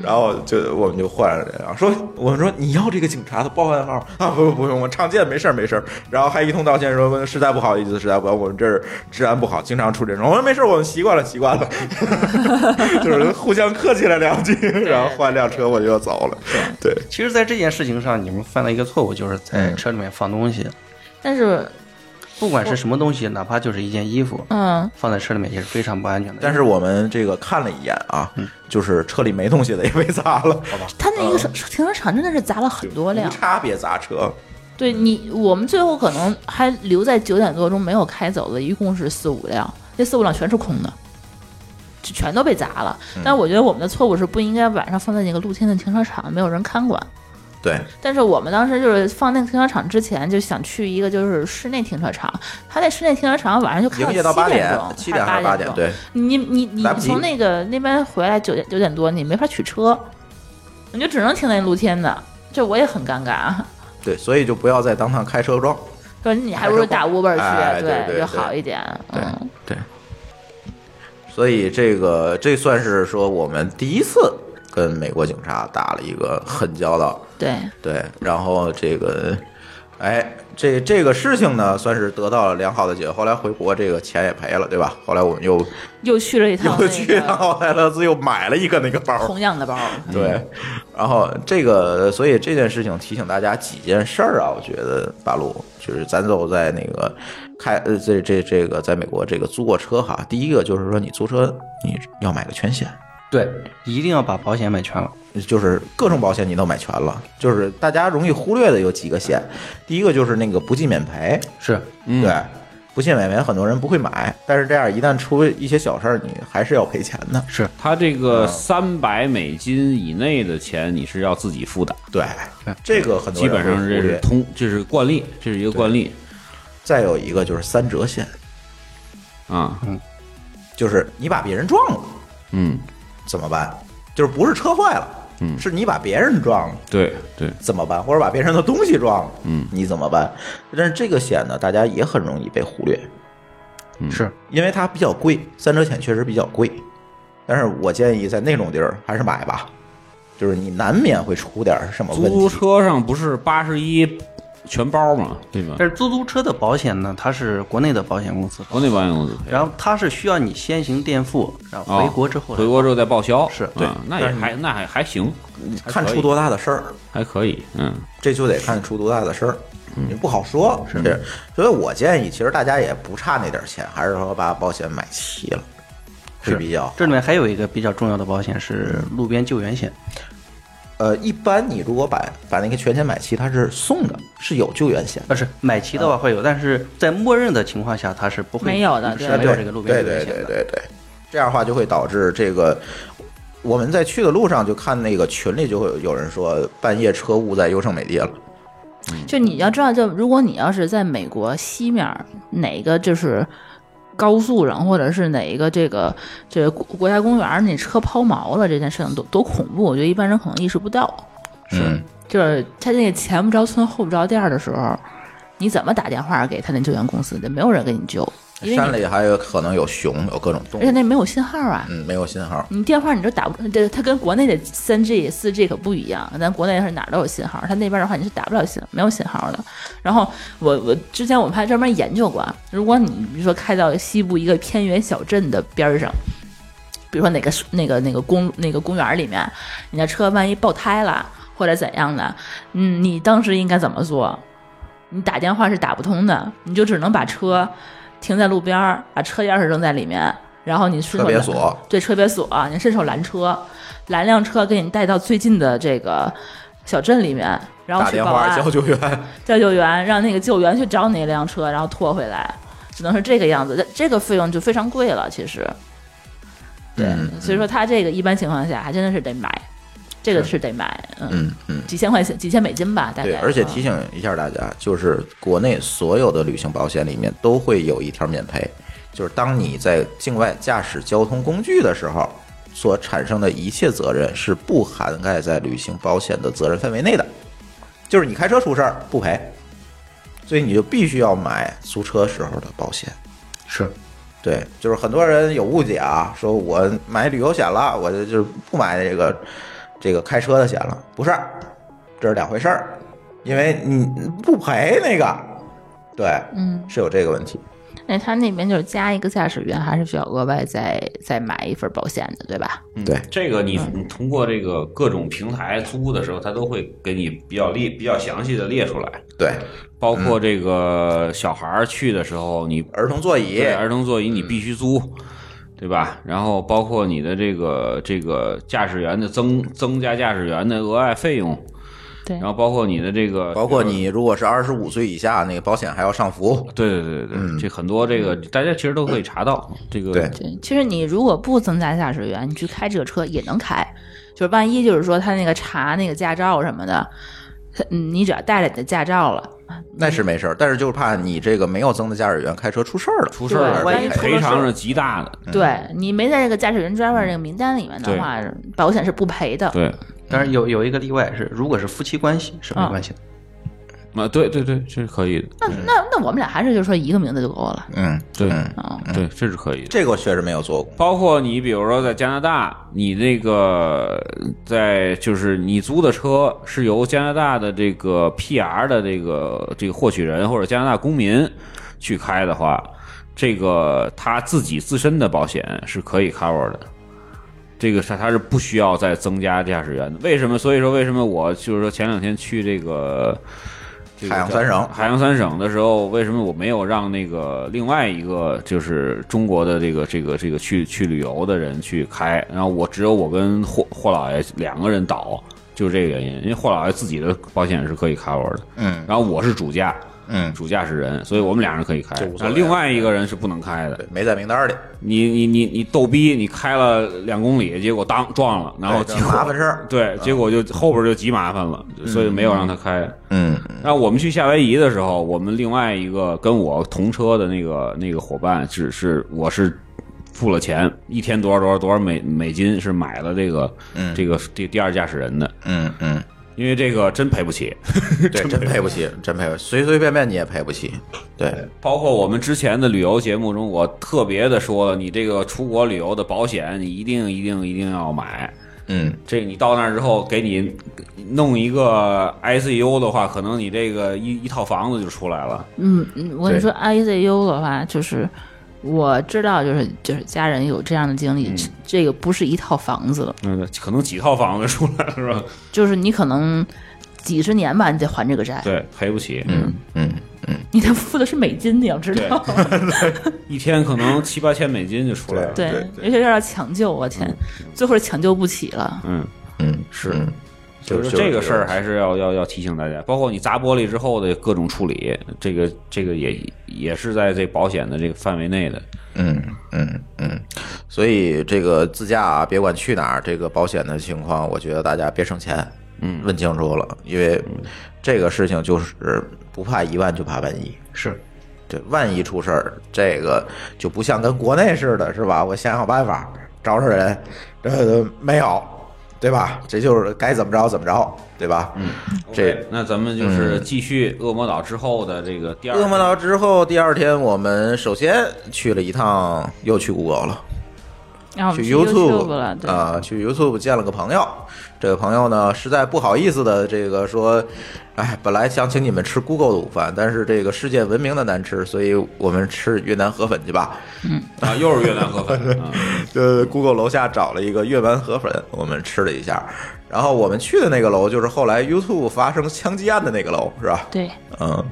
然后就我们就换了，然后说我们说你要这个警察的报案号 (laughs) 啊？不不不用，我常见，没事儿没事儿。然后还一通道歉说实在不好意思，实在不好，我们这儿治安不好，经常出这种。我说没事儿，我们习惯了习 (laughs) 惯了，就是互相客气了两 (laughs) 句，然后换辆车我就要走了。对，
其实，在这件事情上，你们犯了一个错误，就是在
嗯
车里面放东西，
但是，
不管是什么东西，哪怕就是一件衣服，
嗯，
放在车里面也是非常不安全的。
但是我们这个看了一眼啊，就是车里没东西的也被砸了，好吧？
他那
呃
一个停车场真的是砸了很多
无
辆。
差别砸车，
对你，我们最后可能还留在九点多钟没有开走的，一共是四五辆，那四五辆全是空的，就全都被砸了。
嗯
但我觉得我们的错误是不应该晚上放在那个露天的停车场，没有人看管。
对，
但是我们当时就是放那个停车场之前，就想去一个就是室内停车场。他在室内停车场晚上就开
营业
到
到八
点
点
钟，，
七点还是
八
八点？
钟。
对，
你你你
来不及
从那个那边回来九点九点多，你没法取车，你就只能停那露天的。这我也很尴尬啊，
对，所以就不要在当趟开车撞。
说你还不如打 Uber
哎
去，
对对
就
对
好一点。
对
嗯，
对，所以这个这算是说我们第一次跟美国警察打了一个狠交道。
对，
对，然后这个，哎，这这个事情呢，算是得到了良好的解决。后来回国，这个钱也赔了，对吧？后来我们又
又去了一趟
又去
那个
奥莱乐兹，又买了一个那个包，
(laughs) 同样的包，
对，然后这个，所以这件事情提醒大家几件事儿啊，我觉得八路就是咱走在那个开呃这这这个在美国这个租过车哈，第一个就是说你租车你要买个全险。
对，一定要把保险买全了。
就是各种保险你都买全了，就是大家容易忽略的有几个险，第一个就是那个不计免赔，
是，
嗯
对，不计免赔很多人不会买，但是这样一旦出一些小事儿，你还是要赔钱的，
他这
嗯
个三百美金以内的钱，你是要自己负担，
对，这个很多
基
人
本上
会
这
忽
是
略
通，这是惯例，这是一个惯例
再有一个就是三折险，
啊。
嗯就是你把别人撞了。
嗯，
怎么办？就是不是车坏了，
嗯
是你把别人撞了
对对，
怎么办？或者把别人的东西撞了，
嗯
你怎么办？但是这个险呢，大家也很容易被忽略，
是
因为它比较贵，三者险确实比较贵。但是我建议在那种地儿还是买吧，就是你难免会出点什么问
出租
题。
车上不是八十一全包嘛，对吧？
但是出租车的保险呢，它是国内的保险公司
国内保险公司
哎
赔，
然后它是需要你先行垫付，然后
啊
回国之后来
回国之后再报销，
是
啊
对
那也还那还还行，
嗯看出多大的事儿，
还可以，嗯，
这就得看出多大的事儿，你不好说。是，所以我建议，其实大家也不差那点钱，还是说把保险买齐了会
是
比较好。
这里面还有一个比较重要的保险是路边救援险，
呃，一般你如果把把那个全险买齐，它是送的，是有救援险的。
不是买齐的话会有，但是在默认的情况下它是不会
没有的对
是没有这个路
对
边救援
对
险
对
的。
对对，这样的话就会导致这个。我们在去的路上就看那个群里就会有人说半夜车误在优胜美地了，嗯
就你要知道，就如果你要是在美国西面儿哪个就是高速上，或者是哪一个这个这个国国家公园儿，你车抛锚了这件事情多多恐怖，我觉得一般人可能意识不到。
嗯，
就是他那个前不着村后不着店儿的时候，你怎么打电话给他那救援公司的，没有人给你救，因为
山
你
里还有可能有熊，有各种动
而且
物，
那没有信号啊。
嗯，没有信号，
你电话你就打不，对，它跟国内的三 G、四 G 可不一样。咱国内是哪儿都有信号，它那边的话你是打不了信，没有信号的。然后我我之前我们还专门研究过，啊，如果你比如说开到西部一个偏远小镇的边儿上，比如说哪个那个那个公那个公园里面，你的车万一爆胎了或者怎样的，嗯，你当时应该怎么做？你打电话是打不通的，你就只能把车停在路边儿，把车钥匙扔在里面，然后你顺
特
手
别
拦
锁，
对车别锁，你伸手拦车，拦辆车给你带到最近的这个小镇里面，然后
打
去
电
报
话
案
叫救援，
叫救援，让那个救援去找你那辆车，然后拖回来，只能是这个样子。这这个费用就非常贵了，其实。 (laughs) 对，
嗯
所以说他这个一般情况下还真的是得买，这个是得买，嗯，
嗯嗯，
几千块钱，几千美金吧，大概。
对，而且
嗯
提醒一下大家，就是国内所有的旅行保险里面都会有一条免赔，就是当你在境外驾驶交通工具的时候，所产生的一切责任是不涵盖在旅行保险的责任范围内的，就是你开车出事儿不赔，所以你就必须要买租车时候的保险。
是
对，就是很多人有误解啊，说我买旅游险了，我就就是不买这个这个开车的险了，不是，这是两回事儿，因为你不赔那个，对，
嗯，
是有这个问题。
那他那边就是加一个驾驶员，还是需要额外再再买一份保险的，对吧？
对
这个你你通过这个各种平台租的时候，它都会给你比较列比较详细的列出来，
对，
包括
嗯
这个小孩儿去的时候，你
儿童座椅
对，儿童座椅
嗯
你必须租，对吧？然后包括你的这个这个驾驶员的增增加驾驶员的额外费用，
对
然后包括你的这个，
嗯包括你如果是二十五岁以下，那个保险还要上浮。
对对对对，
嗯
这很多这个大家其实都可以查到这个
对
对，其实你如果不增加驾驶员，你去开这个车也能开。就是万一就是说他那个查那个驾照什么的，他嗯你只要带着你的驾照了，
那是没事儿，但是就是怕你这个没有增的驾驶员开车出事儿了。
出事儿
对万一出了
赔偿
事儿
是极大的，
对你没在这个驾驶员 driver 这个名单里面的话，保险是不赔的。
对。
嗯
但是有有一个例外是，如果是夫妻关系是没
啊
关系的。
啊，对对对，这是可以的，
那那那我们俩还是就说一个名字就够了。
嗯，
对
嗯
啊、
对，这是可以的。
这个我确实没有做过。
包括你，比如说在加拿大，你那个在就是你租的车是由加拿大的这个 PR 的这个这个获取人或者加拿大公民去开的话，这个他自己自身的保险是可以 cover 的。这个是他是不需要再增加驾驶员的，为什么？所以说为什么我就是说前两天去这个这个
海洋
叫
三省
海洋三省的时候，为什么我没有让那个另外一个就是中国的这个这个这个去去旅游的人去开？然后我只有我跟霍霍老爷两个人倒，就是这个原因。因为霍老爷自己的保险是可以 cover 的，
嗯
然后我是主驾，
嗯，
主驾驶人，所以我们俩人可以开
这无，所
那
谓
另外一个人是不能开的
对。，没在名单里，
你你你你逗逼，你开了两公里，结果当撞了，然后
对嗯
结
这
果
(laughs) 麻烦事儿。
对，结果就后边就极麻烦了，所以没有让他开。
嗯，
然后我们去夏威夷的时候，我们另外一个跟我同车的那个那个伙伴是是我是付了钱，一天多少多少多少美美金是买了这个、
嗯
这个这第二驾驶人的，
嗯嗯，
因为这个真赔不起。
对，真赔不起，真赔不起，随随便便你也赔不起。对，
包括我们之前的旅游节目中，我特别的说了，你这个出国旅游的保险，你一定一定一定要买。
嗯，
这个你到那儿之后，给你弄一个 ICU 的话，可能你这个一一套房子就出来了。
嗯嗯，我
对
跟你说，ICU 的话，就是我知道，就是就是家人有这样的经历，这这个不是一套房子了，
嗯，可能几套房子出来了是吧？
就是你可能几十年吧，你得还这个债。
对，赔不起。
嗯嗯，
你他付的是美金，你要知道。
一天可能七八千美金就出来了。
对，
对对
尤其是要抢救，我天，最后是抢救不起了。
嗯，
嗯，
是
嗯
就是
就是
这个事儿
就是
还是要要要提醒大家，包括你砸玻璃之后的各种处理，这个这个也也是在这保险的这个范围内的。
嗯嗯嗯，所以这个自驾啊，别管去哪儿，这个保险的情况，我觉得大家别省钱，
嗯
问清楚了，因为这个事情就是不怕一万，就怕万一。
是，
对，万一出事儿，这个就不像跟国内似的，是吧？我想想办法，找找人，这没有，对吧？这就是该怎么着怎么着，对吧？嗯，这
OK，那咱们就是继续恶魔岛之后的这个第二
恶魔岛之后，第二天我们首先去了一趟，又去 Google 了。
然后我们
去
YouTube 了，对，
啊、去 YouTube 见了个朋友。这个朋友呢，实在不好意思的，这个说，哎，本来想请你们吃 Google 的午饭，但是这个世界闻名的难吃，所以我们吃越南河粉去吧。
嗯
啊，又是越南河粉
(laughs)
啊，
呃，Google 楼下找了一个越南河粉，我们吃了一下。然后我们去的那个楼，就是后来 YouTube 发生枪击案的那个楼，是吧？
对，
嗯，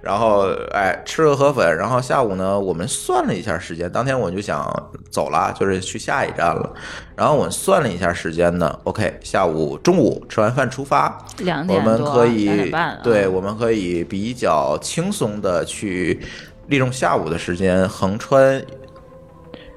然后哎，吃了河粉，然后下午呢，我们算了一下时间，当天我就想走了，就是去下一站了。然后我们算了一下时间呢，OK，下午中午吃完饭出发，
两
我
点多，
们可
两点
以
半、啊，
对，我们可以比较轻松的去利用下午的时间横穿。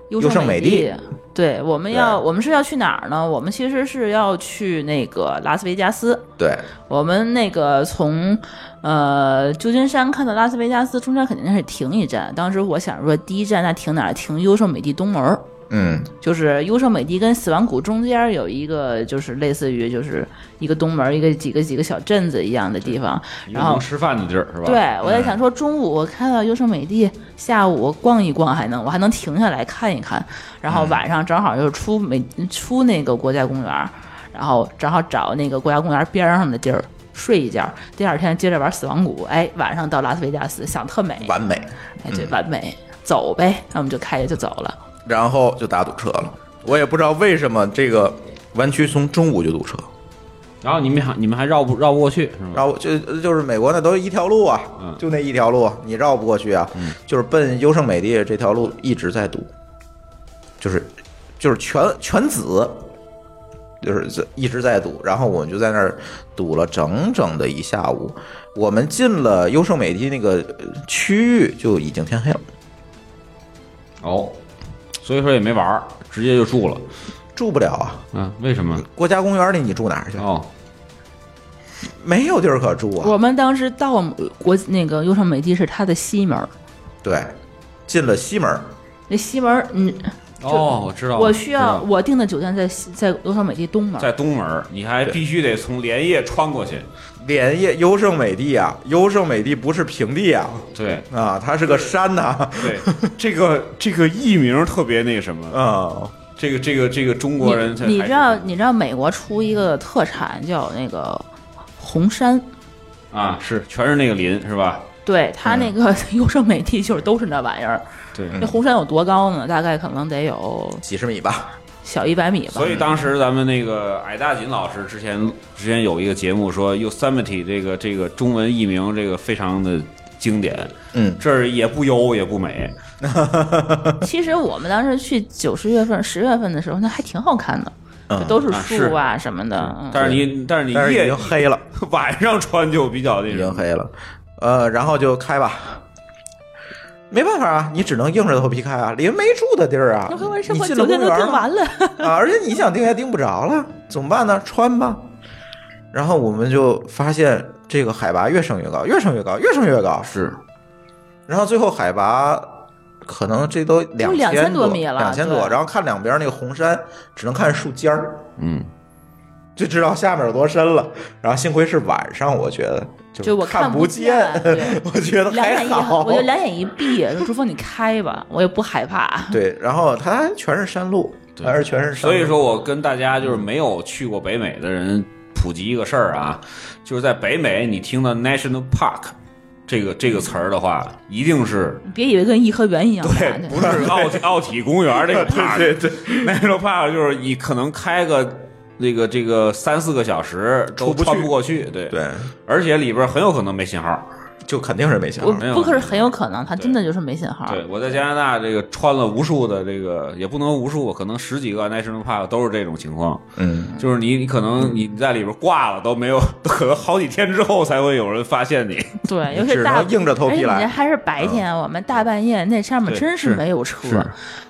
优
优胜
美
美地
对，我们要
对
我们是要去哪儿呢？我们其实是要去那个拉斯维加斯。
对，
我们那个从呃旧金山看到拉斯维加斯，中间肯定是停一站。当时我想说，第一站那停哪儿？停优胜美地东门儿。
嗯
就是优胜美地跟死亡谷中间有一个，就是类似于就是一个东门，一个几个几个小镇子一样的地方。
一个
然后
能吃饭的地儿是吧？
对，我在想说，中午我看到优胜美地，下午我逛一逛还能，我还能停下来看一看。然后
嗯
晚上正好就是出美出那个国家公园，然后正好找那个国家公园边上的地儿睡一觉，第二天接着玩死亡谷。哎，晚上到拉斯维加斯，想特美，
完美，
哎，对，完美，走呗。那我们就开着就走了。
然后就大堵车了。我也不知道为什么这个湾区从中午就堵车，
然后你们还你们还绕不绕不过去是吗？
然后就就是美国那都是一条路啊，
嗯
就那一条路，你绕不过去啊。就是奔优胜美地这条路一直在堵，就是就是全全子，就是这一直在堵。然后我们就在那儿堵了整整的一下午。我们进了优胜美地那个呃区域就已经天黑了，
哦，所以说也没玩儿，直接就住了。
住不了啊。
嗯，为什么？
国家公园里你住哪儿去？
哦，
没有地儿可住啊。
我们当时到国那个优胜美地是它的西门儿，
对，进了西门儿，
那西门儿，嗯，
哦，我知道了，
我需要
知道
我订的酒店在西在优胜美地东门
在
儿，
东门儿，你还必须得从连夜穿过去。
连夜优胜美地啊，优胜美地不是平地啊，
对
啊，它是个山呐、
对，这个这个艺名特别那什
啊，
么，这个这个这个中国人才
你你
还
知
是
道你知道美国出一个特产叫那个红山，
啊，是全是那个林是吧？
对，它那个
嗯
(laughs) 优胜美地就是都是那玩意儿。
对，
那红山有多高呢？大概可能得有
几十米吧，
小一百米吧
所。以当时咱们那个矮大紧老师之前之前有一个节目说 Yosemite 这个这个中文译名这个非常的经典，
嗯，
这儿也不优也不美，
其实我们当时去九十月份、十月份的时候，那还挺好看的，就
嗯，
都是
啊是
树啊什么的。嗯
但是你但是你
但是已
夜
经黑了，
(laughs) 晚上穿就比较那
已
什
经
么，
黑了，呃，然后就开吧。没办法啊，你只能硬着头皮开啊，连没住的地儿啊，
那我
你
生活
进
酒
了
店
公
都
园
订
了
完了，
啊，而且你想订也订不着了，怎么办呢？穿吧。然后我们就发现这个海拔越升越高，越升越高，越升越高，
是
然后最后海拔可能这都两
2000
多
多米了
两千多。
对
然后看两边那个红山，只能看树尖儿，
嗯，
就知道下面有多深了。然后幸亏是晚上，我觉得就
就我
看
看不
见 (laughs)
见，对
我觉得
两
还
眼一，
好
我。就两眼一闭，说朱峰你开吧，我也不害怕。
对，然后它全是山路，
对
还是全是山路。
所以说我跟大家就是没有去过北美的人普及一个事儿啊，就是在北美你听到 National Park 这个这个词儿的话，一定是
别以为跟颐和园一样 (laughs) 大，
对，不是奥体奥体公园那个 park，对对 (laughs) 那个 park 就是你可能开个那个这个三四个小时都
出不去
穿不过去，对，
对，
而且里边很有可能没信号。
就肯定是没信
我
号。
没有
不可是很有可能，它真的就是没信号。
啊对，我在加拿大这个穿了无数的这个，也不能无数，可能十几个 national park 都是这种情况，
嗯，
就是你你可能你在里边挂了都没有，都可能好几天之后才会有人发现你。
对，
你
尤其
只
大
能硬着头皮
而且
来
你这还是白天，我们大半夜那上面
嗯对
真
是
没有车，
是
一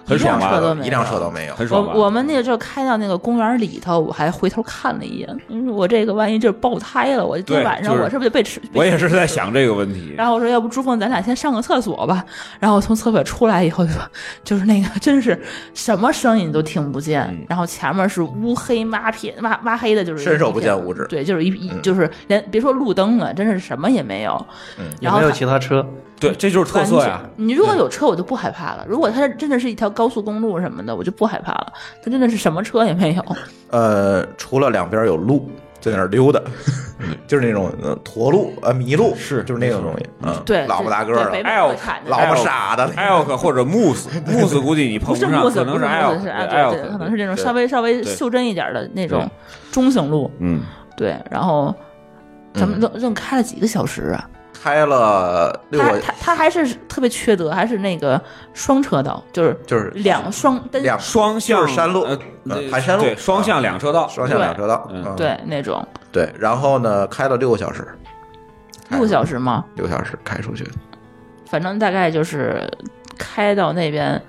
很
辆
爽吧
车都没有，
一辆车都没有。
很爽吧？
我我们那时候开到那个公园里头，我还回头看了一眼，嗯我这个万一就是爆胎了，我今
对
天晚上
就是
我是不是得被吃？被
我也是在想这个问题。
然后我说，要不朱峰，咱俩先上个厕所吧。然后我从厕所出来以后，就说就是那个，真是什么声音都听不见。
嗯
然后前面是乌黑抹撇抹抹黑的，就是
伸手不
一片
见五指
对，就是一、一就是连别说路灯了，真是什么也没有。
嗯
也
然后
没有
它
其他车，
对，这就是特色呀
完。全你如果有车，我就不害怕了。如果它真的是一条高速公路什么的，我就不害怕了。它真的是什么车也没有。
呃，除了两边有路在那儿溜达， (laughs) 就是那种呃驼鹿呃麋鹿，
是
就是那种东西，嗯，
对，
老
对
不大个
对
儿
北
的，
美
哎呦
会看的
老不傻的，
elk 或者
(laughs)
moose moose 估计你碰
不是
上，
木子，
可
不
能
是
elk
木子，是啊，对对，可能
对 elk，
是这种稍微稍微
对
袖珍一点的那种
对
中型路。
嗯，
对，然后咱们愣愣开了几个小时啊！
开了六
他
个，
他他还是特别缺德，还是那个双车道，就是
就是
两双单
两
双向
就是山路
呃
呃
对
盘山路
对，双向两车道，
双向两车道，
对
嗯，
对那种
对，然后呢，开了六个小时，
六个小时嘛，
六个小时开出去，
反正大概就是开到那边。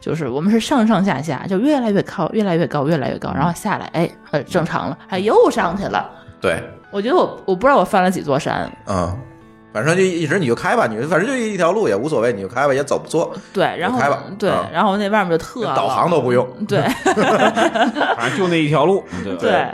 就是我们是上上下下，就越来越高，越来越高，越来越高，然后下来，哎，呃，正常了，哎，又上去了。
对，
我觉得我我不知道我翻了几座山，
嗯，反正就一直你就开吧，你反正就一条路也无所谓，你就开吧，也走不错，
对，然后
开吧
对
啊，
然后那外面就特
导
冷
航都不用。
对
反正就那一条路，
嗯
对吧
对，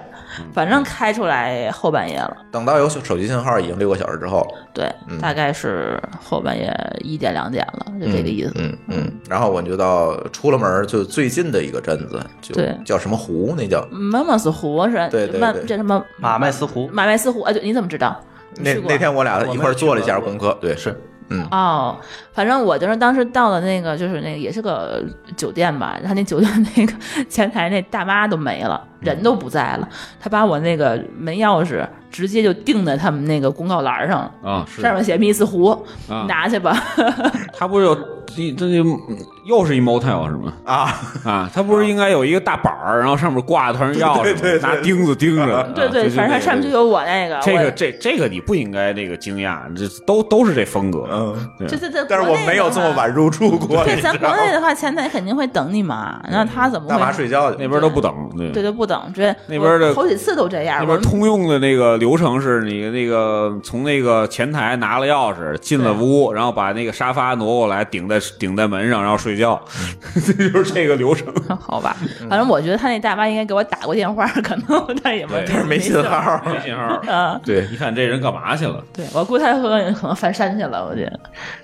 反正开出来后半夜了，
等到有手机信号已经六个小时之后了，
对，
嗯
大概是后半夜一点两点了，就这个意思。
嗯嗯嗯。然后我就到出了门儿就最近的一个镇子，就
对
叫什么湖，那叫
妈妈斯湖是
对对
曼
对
这什么
马麦斯湖
马麦斯湖？哎，对，你怎么知道？你
那
去过
那天我俩一块儿做了一下
我没
功
有去
课，对，
是
嗯
哦，反正我就是当时到了那个，就是那个也是个酒店吧，他那酒店那个前台那大妈都没了，
嗯
人都不在了，他把我那个门钥匙直接就钉在他们那个公告栏上，
啊，是
上面写密斯湖，
啊
拿去吧。
他不是有这这就又是一 motel 是吗？
啊，
啊，他不是应该有一个大板儿，然后上面挂团钥匙吗，拿钉子钉着。啊
(laughs) 对对，
就是
反正
那
它
个
上面就有我那个，
这
我
个这这个你不应该那个惊讶，这都都是这风格。
嗯，
这这这，
但是我没有这么晚。入住过，
对，
你知
咱国
道
内
吗？
的话，前台肯定会等你嘛，
嗯
那他怎么会？
大妈睡觉去
那边都不等，对
对，都不等，这
那边的
我好几次都这样。
那
我
边通用的那个流程是你那个从那个前台拿了钥匙进了屋，然后把那个沙发挪过来顶在顶在门上，然后睡觉， (laughs) 这就是这个流程。
好吧，
嗯
反正我觉得他那大妈应该给我打过电话，可能但也没，
但是没信号。
没 (laughs) 信号。
啊。
对，
你看这人干嘛去了？
对，我估计他可能翻山去了，我觉得。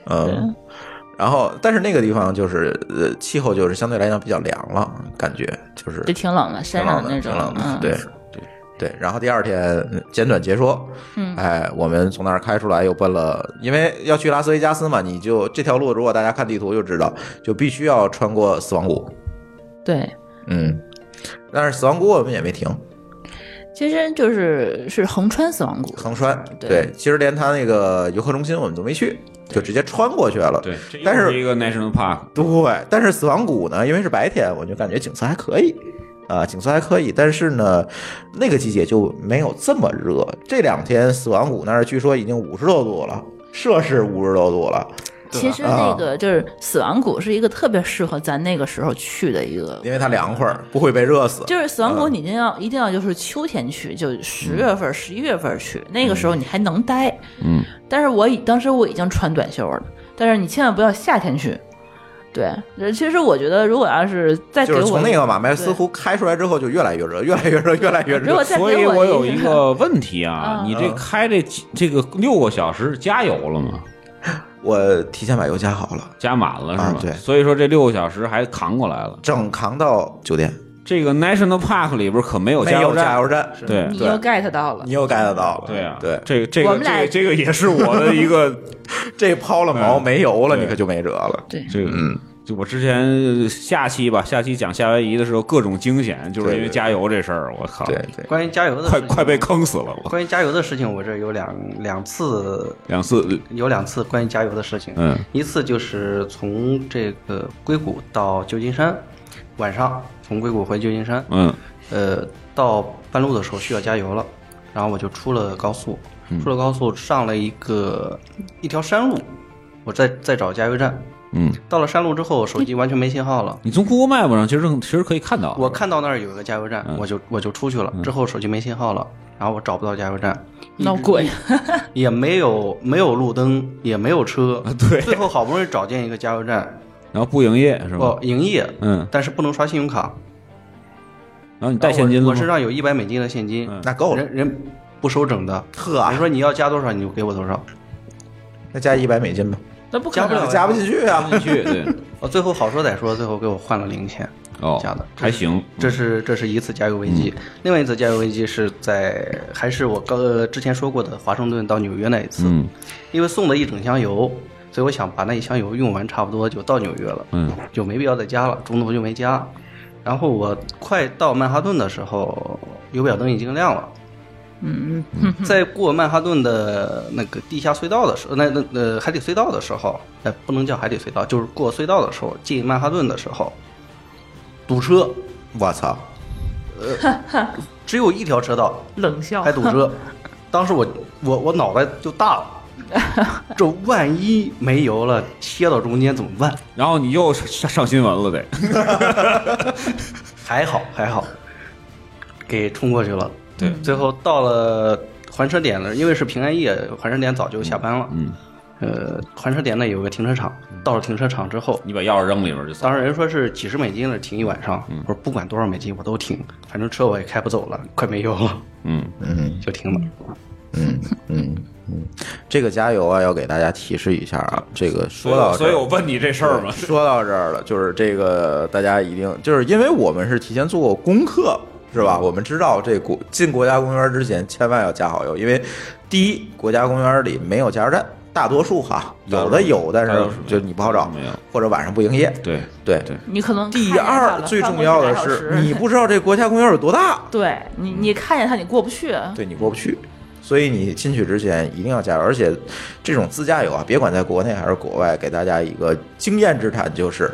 嗯。然后，但是那个地方就是，呃，气候就是相对来讲比较凉了，感觉就是
就挺冷的，山
挺冷
上的
的，
那
挺
种
冷，的
嗯，
对。对，然后第二天嗯简短截说，
嗯
哎，我们从那儿开出来，又奔了，因为要去拉斯维加斯嘛，你就这条路，如果大家看地图就知道，就必须要穿过死亡谷，
对。
嗯，但是死亡谷我们也没停，
其实就是是横穿死亡谷，
横穿，
对
其实连他那个游客中心我们都没去，就直接穿过去了，
对，这又
但是
一个 national park，
对，但是死亡谷呢，因为是白天，我就感觉景色还可以。啊，景色还可以，但是呢，那个季节就没有这么热。这两天死亡谷那儿据说已经五十多度了，摄氏五十多度了，
其
啊
实那个就是死亡谷是一个特别适合咱那个时候去的一个，
因为它凉快儿，不会被热死。
就是死亡
嗯
谷，你一定要一定要就是秋天去，就十月份、十一月份去，那个时候你还能待。
嗯，
但是我已当时我已经穿短袖了，但是你千万不要夏天去。对，呃其实我觉得如果要是再给
就
我
是从那个马麦斯湖开出来之后，就越来越热，越来越热，越来越
如果
热。
再
所
给
以
我
我有一个问题啊，
嗯
你这开这几这个六个小时加油了吗？
我提前把油加好了，
加满了是吗
啊？对
所以说这六个小时还扛过来了。
正扛到酒店，
这个 National Park 里边可没有
没
加油
有
站，
加油站，
对
你
对
又 get 到了
你，又 get 到了。
对啊，
对，
这个这
我
个
们
这
俩
个这个也是我的一个
这抛了锚
嗯
没油了，
对
你可就没辙了。
对
这个
嗯。
就我之前下期吧，下期讲夏威夷的时候，各种惊险，就是
对
因为
对
加油这事儿，我靠，
对对，
关于加油的
快
事情
快被坑死了，
(laughs)
我
关于加油的事情，我这有两两次，
两次，
有两次关于加油的事情。
嗯，
一次就是从这个硅谷到旧金山，晚上从硅谷回旧金山，
嗯
呃，到半路的时候需要加油了，然后我就出了高速，
嗯
出了高速上了一个一条山路，我在在找加油站。
嗯，
到了山路之后，手机完全没信号了。
你从 Google Map 上其实其实可以看到，
我看到那儿有一个加油
嗯
站，我就我就出去了。之后手机没信号了，然后我找不到加油站，
闹鬼，
也没有没有路灯，也没有车。
啊对
最后好不容易找见一个加油站，
然后不营业是吧
哦，？营业，
嗯，
但是不能刷信用卡。
然后你带现金
啊我
了
我身
吗？嗯
上有一百美金的现金，
那够了
人。人不收整的。
呵
人说你要加多少你就给我多少。
那加一百
(laughs)
美金吧，
那不可
加不
能
了。
加不进去啊。
进去对，
我最后好说歹说，最后给我换了零钱。
哦，
假的
还行，
这是这是一次加油危机，
嗯
另外一次加油危机是在还是我刚、呃、之前说过的华盛顿到纽约那一次，
嗯
因为送了一整箱油，所以我想把那一箱油用完，差不多就到纽约了，
嗯，
就没必要再加了，中途就没加。然后我快到曼哈顿的时候，油表灯已经亮了。
嗯，
在过曼哈顿的那个地下隧道的时候，那那呃海底隧道的时候，哎、不能叫海底隧道，就是过隧道的时候，进曼哈顿的时候，堵车，
我操！
只有一条车道，
冷笑
还，堵
(laughs)
车。当时我我我脑袋就大了，这万一没油了，切到中间怎么办？
然后你又上上新闻了得，
还好还好，给冲过去了。对，最后到了还车点呢，因为是平安夜，还车点早就下班了。
嗯，
呃，还车点呢有个停车场，到了停车场之后，
你把钥匙扔里边就走。
当时人说是几十美金了，停一晚上。
嗯
我说不管多少美金我都停，反正车我也开不走了，快没油了，
嗯，
嗯
就停了。
嗯嗯嗯，这个加油啊，要给大家提示一下啊。这个说到这
所
儿
以我问你这事儿嘛，
说到这儿了，就是这个大家一定就是因为我们是提前做过功课，是
嗯
吧？我们知道这国进国家公园之前千万要加好油，因为第一，国家公园里没有加油站，大多数哈有的有，但是
大多数
就你不好找
没有，
或者晚上不营业。
对，
对
对
你可能
第
看见它
二
了
最
翻
重
过去
要
俩
的
小
是，
时
你嗯不知道这国家公园有多大，
对你你看见它你过不去，
对你过不去。所以你进去之前一定要加油，而且这种自驾游啊，别管在国内还是国外，给大家一个经验之谈就是，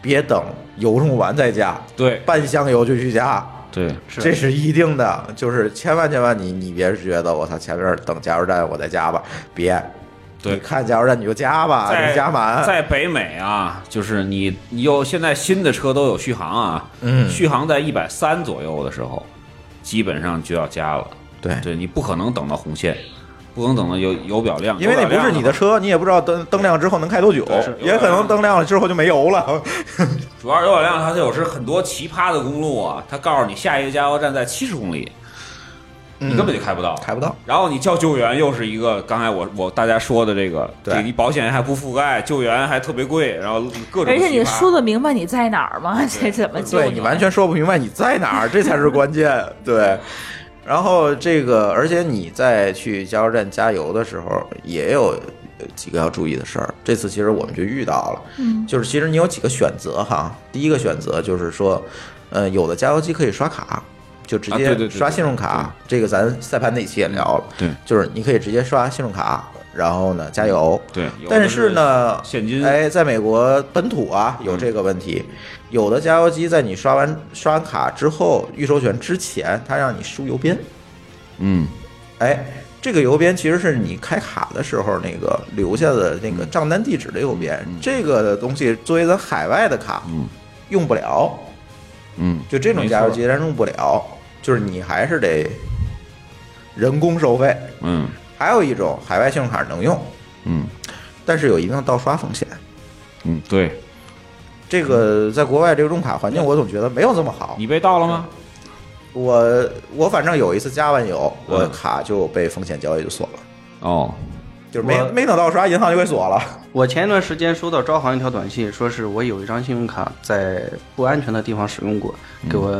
别等油用完再加，
对，
半箱油就去加，
对，
这是一定的。就是千万千万你你别觉得我操前面等加油站我再加吧，别，
对
你看加油站你就加吧，
在
你加
(laughs)
满。
在北美啊，就是你你有现在新的车都有续航啊，
嗯
续航在一百三左右的时候，基本上就要加了。
对
对你不可能等到红线，不可能等到油油表亮，
因为你
油表
不
亮
是你的
话，
车，你也不知道灯灯亮之后能开多久
对是，
也可能灯亮了之后就没油了。
主要是油表亮它有时很多奇葩的公路啊，它告诉你下一个加油站在七十公里，你根本就开不到。
嗯开不到。
然后你叫救援，又是一个刚才我我大家说的这个，
对
这你保险还不覆盖，救援还特别贵，然后各种
而且
奇
你
葩
说的明白你在哪儿吗？ (laughs) 这怎么救啊
对你完全说不明白你在哪儿，这才是关键。对，然后这个，而且你在去加油站加油的时候，也有呃几个要注意的事儿。这次其实我们就遇到了，嗯，就是其实你有几个选择哈。第一个选择就是说，呃，有的加油机可以刷卡。就直
啊对对对
接
对
刷信用卡，这个咱赛盘那期也聊了。
对，
就是你可以直接刷信用卡，然后呢加油。
对，有的
但是呢，
现金
哎，在美国本土啊
嗯
有这个问题，有的加油机在你刷完刷完卡之后，预授权之前，它让你输邮编，
嗯，
哎。这个邮编其实是你开卡的时候那个留下的那个账单地址的邮编，这个的东西作为咱海外的卡，
嗯
用不了，
嗯，
就这种
没
加油
错
机咱用不了，就是你还是得人工收费。
嗯
还有一种海外信用卡能用，
嗯
但是有一定的盗刷风险，
嗯，对
这个在国外这个用卡环境，我总觉得没有这么好。
你被盗了吗？
我我反正有一次加完油，
嗯
我的卡就被风险交易就锁了，
哦，
就是没
我
没等到刷，银行就给锁了。
我前一段时间收到招行一条短信，说是我有一张信用卡在不安全的地方使用过，
嗯
给我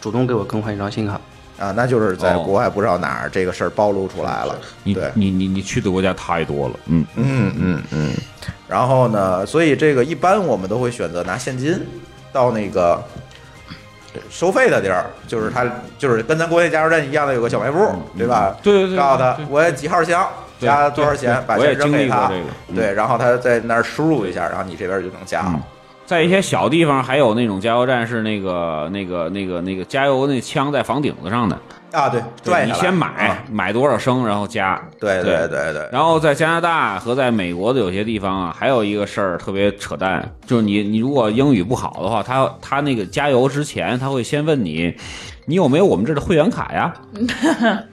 主动给我更换一张新卡。
啊，那就是在
哦
国外不知道哪儿这个事儿暴露出来了。
你
对，
你你你去的国家太多了，嗯，
嗯嗯嗯。然后呢，所以这个一般我们都会选择拿现金到那个收费的地儿，就是他就是跟咱国内加油站一样的有个小卖部，对吧？
对嗯对对
告诉他我有几号箱。
对
加多少
对
钱
对？
把
我也
钱扔给
经历过
他，
这个嗯
对，然后他在那儿输入一下，然后你这边就能加了。
在一些小地方还有那种加油站是那个那个那个那个加油那枪在房顶子上的，
啊，对，拽
你
下来
先
啊
买买多少升，然后加，
对
对
对对对，
然后在加拿大和在美国的有些地方啊，还有一个事儿特别扯淡，就是你你如果英语不好的话，他他那个加油之前他会先问你，你有没有我们这儿的会员卡呀，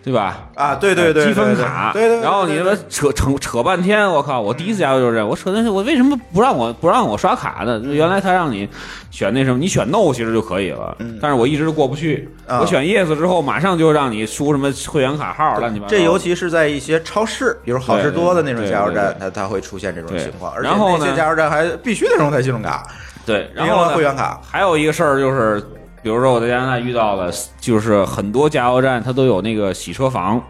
对吧？
啊，对对对，
积分
对对
卡，
对对对，
然后你他妈扯扯扯半天，我靠！我第一次加油就是这样，我扯那我为什么不让我不让我刷卡呢？原来他让你选那什么，你选 no 其实就可以了，但是我一直过不去。
嗯啊
我选 yes 之后，马上就让你输什么会员卡号，乱七八糟。
这尤其是在一些超市，比如好事多的那种
对对对
加油站
对，
它它会出现这种
对
情况，而且
然后
那
呢
些加油站还必须得用它信用卡，
对，然
另
后
外
呢
会员卡
还有一个事儿就是，比如说我在加拿大遇到了，就是很多加油站它都有那个洗车房，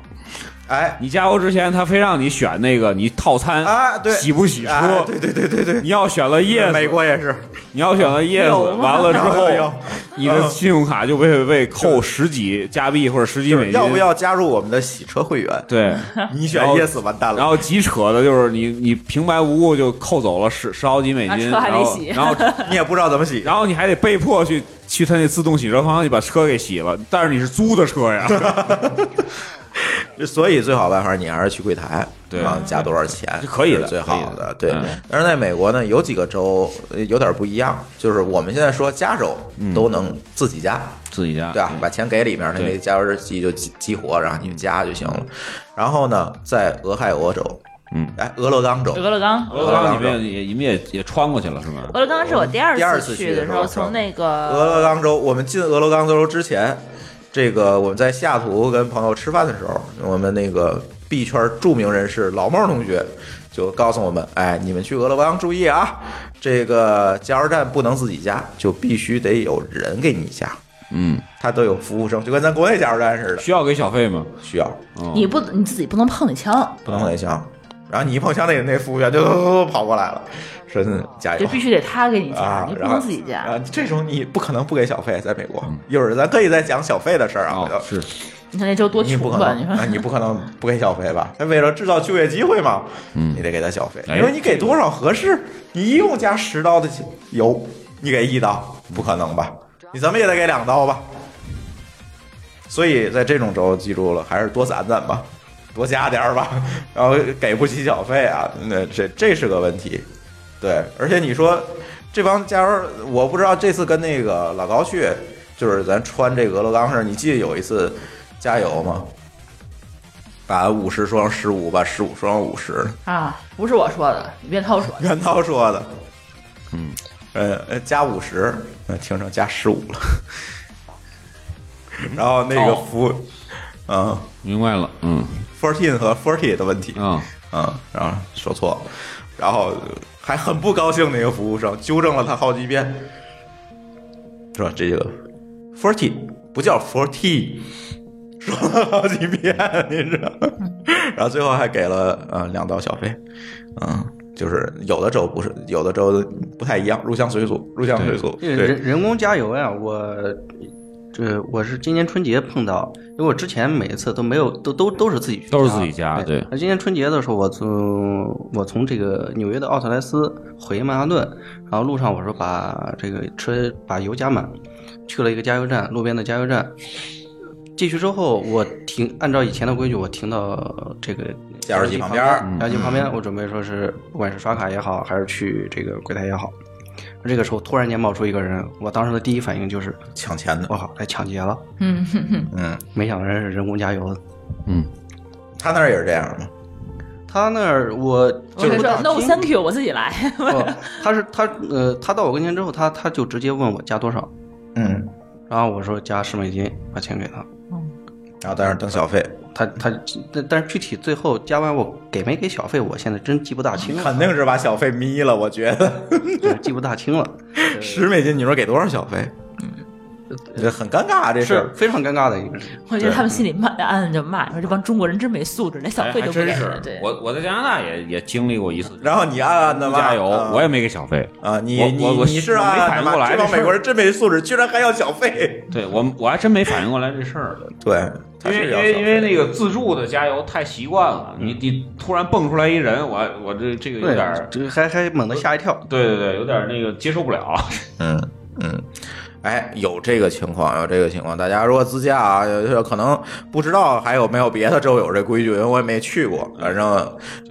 哎
你加油之前他非让你选那个你套餐
啊，对，
洗不洗车，
啊对对对对对，
你要选了 yes，
美国也是，
你要选了 yes，完了之
有有
后，你的信用卡就被被扣十几加币或者十几美金，
要不？要加入我们的洗车会员？
对，
你选
然后
yes 完蛋
然
了，
后极扯的就是你你平白无故就扣走了十十好几美金，
那车还
然
得
后
洗
然后
(laughs)
你也不知道怎么洗。
然后你还得被迫去去他那自动洗车房去把车给洗了，但是你是租的车呀，
所以最好办法你还是去柜台，
对
啊，加多少钱
是可以的
是最好
可以的
对
嗯，
但是在美国呢，有几个州呃有点不一样，就是我们现在说加州都能自己加，
自己家
对吧？把钱给里面，
嗯啊
他
对
那加油日记就激激活，然后你们加就行了。然后呢，在俄亥俄州，
嗯，
哎，俄勒冈州，
俄勒冈，
俄勒冈你们也你们也也穿过去了是吗？
俄勒冈是我第二
嗯第二次
次
去
去
的
的时
时候
候，从那
俄
个
勒冈州，我们进俄勒冈州之前，这个我们在西雅图跟朋友吃饭的时候，我们那个币圈著名人士老帽同学就告诉我们，哎，你们去俄勒冈注意啊，这个加油站不能自己加，就必须得有人给你加，
嗯，
他都有服务生，就跟咱国内加油站似的，
需要给小费吗？
需要
哦
你不你自己不能碰你枪，
不能碰枪，然后你一碰枪，那那服务员就跑过来了，说嗯加
就
油。
必须得他给你加，
啊，
你不
然后
能自己加
啊。，这种你不可能不给小费，在美国，一会儿咱可以再讲小费的事儿啊。回头
哦是
你看那州多
你不
穷
可
吧？你
能，
说
啊，你不可能不给小费吧？他为了制造就业机会嘛，你得给他小费，
哎
因为你给多少合适？你一共加十刀的油，你给一刀，不可能吧？你怎么也得给两刀吧？所以在这种州，记住了，还是多攒攒吧，多加点儿吧，然后给不起小费啊，那这这是个问题。对，而且你说这帮加油，我不知道这次跟那个老高去，就是咱穿这个俄勒冈式，你记得有一次加油吗？把五十双十五，把十五双五十，
啊，不是我说的，你别掏说。
袁涛说的，嗯，呃，加五十，呃，听成加十五了，然后那个
哦
服务，嗯
明白了，嗯
，fourteen 和 forty 的问题，
啊
嗯，然后说错了，然后还很不高兴的一个服务生纠正了他好几遍，说这个 forty 不叫 forty，说了好几遍，你知道吗，然后最后还给了呃两刀小费，嗯。就是有的州不是，有的州不太一样，入乡随俗，入乡随俗。
这
对
人，人工加油呀，我这我是今年春节碰到，因为我之前每一次都没有，都都都是自己去，
都是自己加
对
对
那今年春节的时候，我从我从这个纽约的奥特莱斯回曼哈顿，然后路上我说把这个车把油加满，去了一个加油站，路边的加油站。进去之后，我停，按照以前的规矩，我停到这个
加油机旁边
嗯
儿
加油机旁边，我准备说是不管是刷卡也好，还是去这个柜台也好，这个时候突然间冒出一个人，我当时的第一反应就是，
抢钱的
我，靠，来抢劫了！
嗯哼哼，
嗯， (laughs)
没想到人是人工加油的。
嗯，
他那儿也是这样吗？
他那儿我
我
就是
跟你说，no thank you，我自己来。
不，哦他是他呃，他到我跟前之后，他他就直接问我加多少，
嗯，
然后我说加十美金，把钱给他。
然后在那儿等小费，
他他但但是具体最后加完我给没给小费，我现在真记不大
(laughs)
清了，
肯定是把小费眯了，我觉得。
对记不大清了，
十美金，你说给多少小费？嗯，很尴尬、啊、这事
是
儿。
非常尴尬的一个事。
我觉得他们心里骂，暗暗就骂，说这帮中国人真没素质，连小
哎
费
还
都不
真
给。
是
对，
我我在加拿大也也经历过一次
然后你暗暗的
嗯
骂
加油，
嗯
啊
我也没给小费。
啊，你
我
你
我我
你是
我
暗
没
暗
反
的
应过
骂，
来
这帮
这事儿
美国人真没素质，居然还要
(laughs)
小费。
对我我还真没反应过来这事儿，
对，
因
他
为
是
因
要小
为
费
因为那个自助的嗯加油太习惯了，你你突然蹦出来一人，我我这这个有
对
点儿，，
这还还猛地吓一跳。
对对对，有点儿那个接受不了。
嗯，嗯，哎，有这个情况，有这个情况。大家如果自驾啊，有有可能不知道还有没有别的州有这规矩，因为我也没去过。反正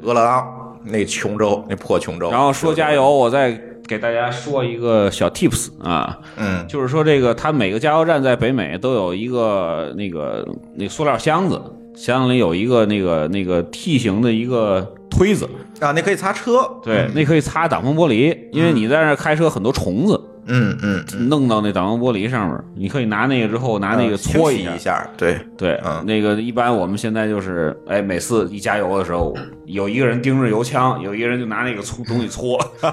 俄勒冈那穷州，那破穷
(laughs)
州。
然后说加油，，我再给大家说一个小 tips 啊，
嗯
就是说这个它每个加油站在北美都有一个那个那个塑料箱子，箱子里有一个那个那个 T 型的一个推子，
啊，那可以擦车。
对，那可以擦挡风玻璃，因为你在那儿开车很多虫子
嗯嗯，嗯
弄到那挡风玻璃上面，你可以拿那个之后拿那个
呃
搓
清洗
下
一。下，对，
对
嗯，
那个一般我们现在就是，哎，每次一加油的时候，有一个人盯着油枪，有一个人就拿那个搓东西搓 (laughs)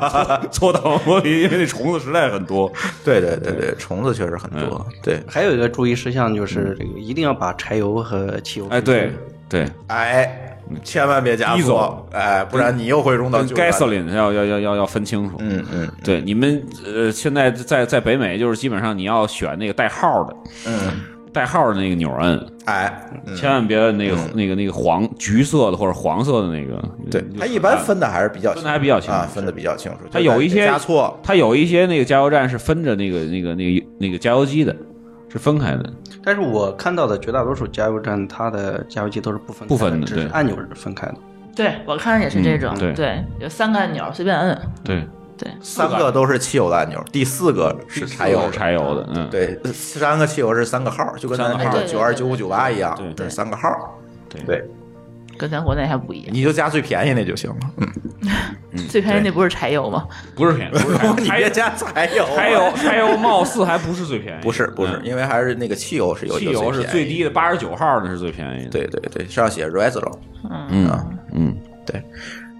搓挡风玻璃，因为那虫子实在很多。
对对对嗯对，虫子确实很多，对，
还有一个注意事项就是，这个一定要把柴油和汽油。
哎，对，对，
哎，千万别加
Diesel
错，哎，不然你又会融到
跟
旧燃料
gasoline 要要要要要分清楚。
嗯嗯
对，你们呃，现在在在北美就是基本上你要选那个带号的，
嗯，
带号的那个钮儿摁，
哎，嗯
千万别摁那个那个那个黄橘色的或者黄色的那个。
对
就，
它
是
一般
按
分的还是比较
分得还比较清楚
啊，分的比较清楚。
它有一些
加错，
它有一些那个加油站是分着那个那个那个那个加油机的，是分开的。
但是我看到的绝大多数加油站，它的加油机都是不分
不分
开
的
的，只是
对
按钮是分开的。
对我看也是这种，
嗯对
对，有三个按钮随便摁，
对，
对，
三个都是汽油的按钮，第四个是柴油
是
的。
柴油的，嗯，
对，三个汽油是三个号，就跟咱那
三个
个
号
九二九五九八一样
对，
这是三个号。
对
对，
跟咱国内还不一样。
你就加最便宜那就行了。嗯，
最便宜那不是柴油吗？
不是便宜，不是
(laughs) 你
柴油
别，加柴油，啊
柴油柴油貌似还不是最便宜，
不是不是，
嗯
因为还是那个汽油是有
汽油是最
最便宜。
低的，八十九号那是最便宜的。
对对对，上写 Resro，
嗯嗯，
啊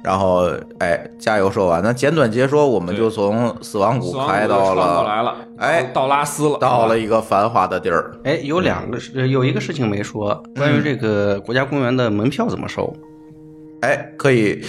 然后哎，加油说完，那简短截说，我们
对
就从死亡
死
谷
亡
开
谷就
到
穿过来
了，
了，
哎
到拉丝了，啊
到了一个繁华的地儿。
哎，有两个是有一个事情没说，关于这个国家公园的门票怎么收？
哎，可以，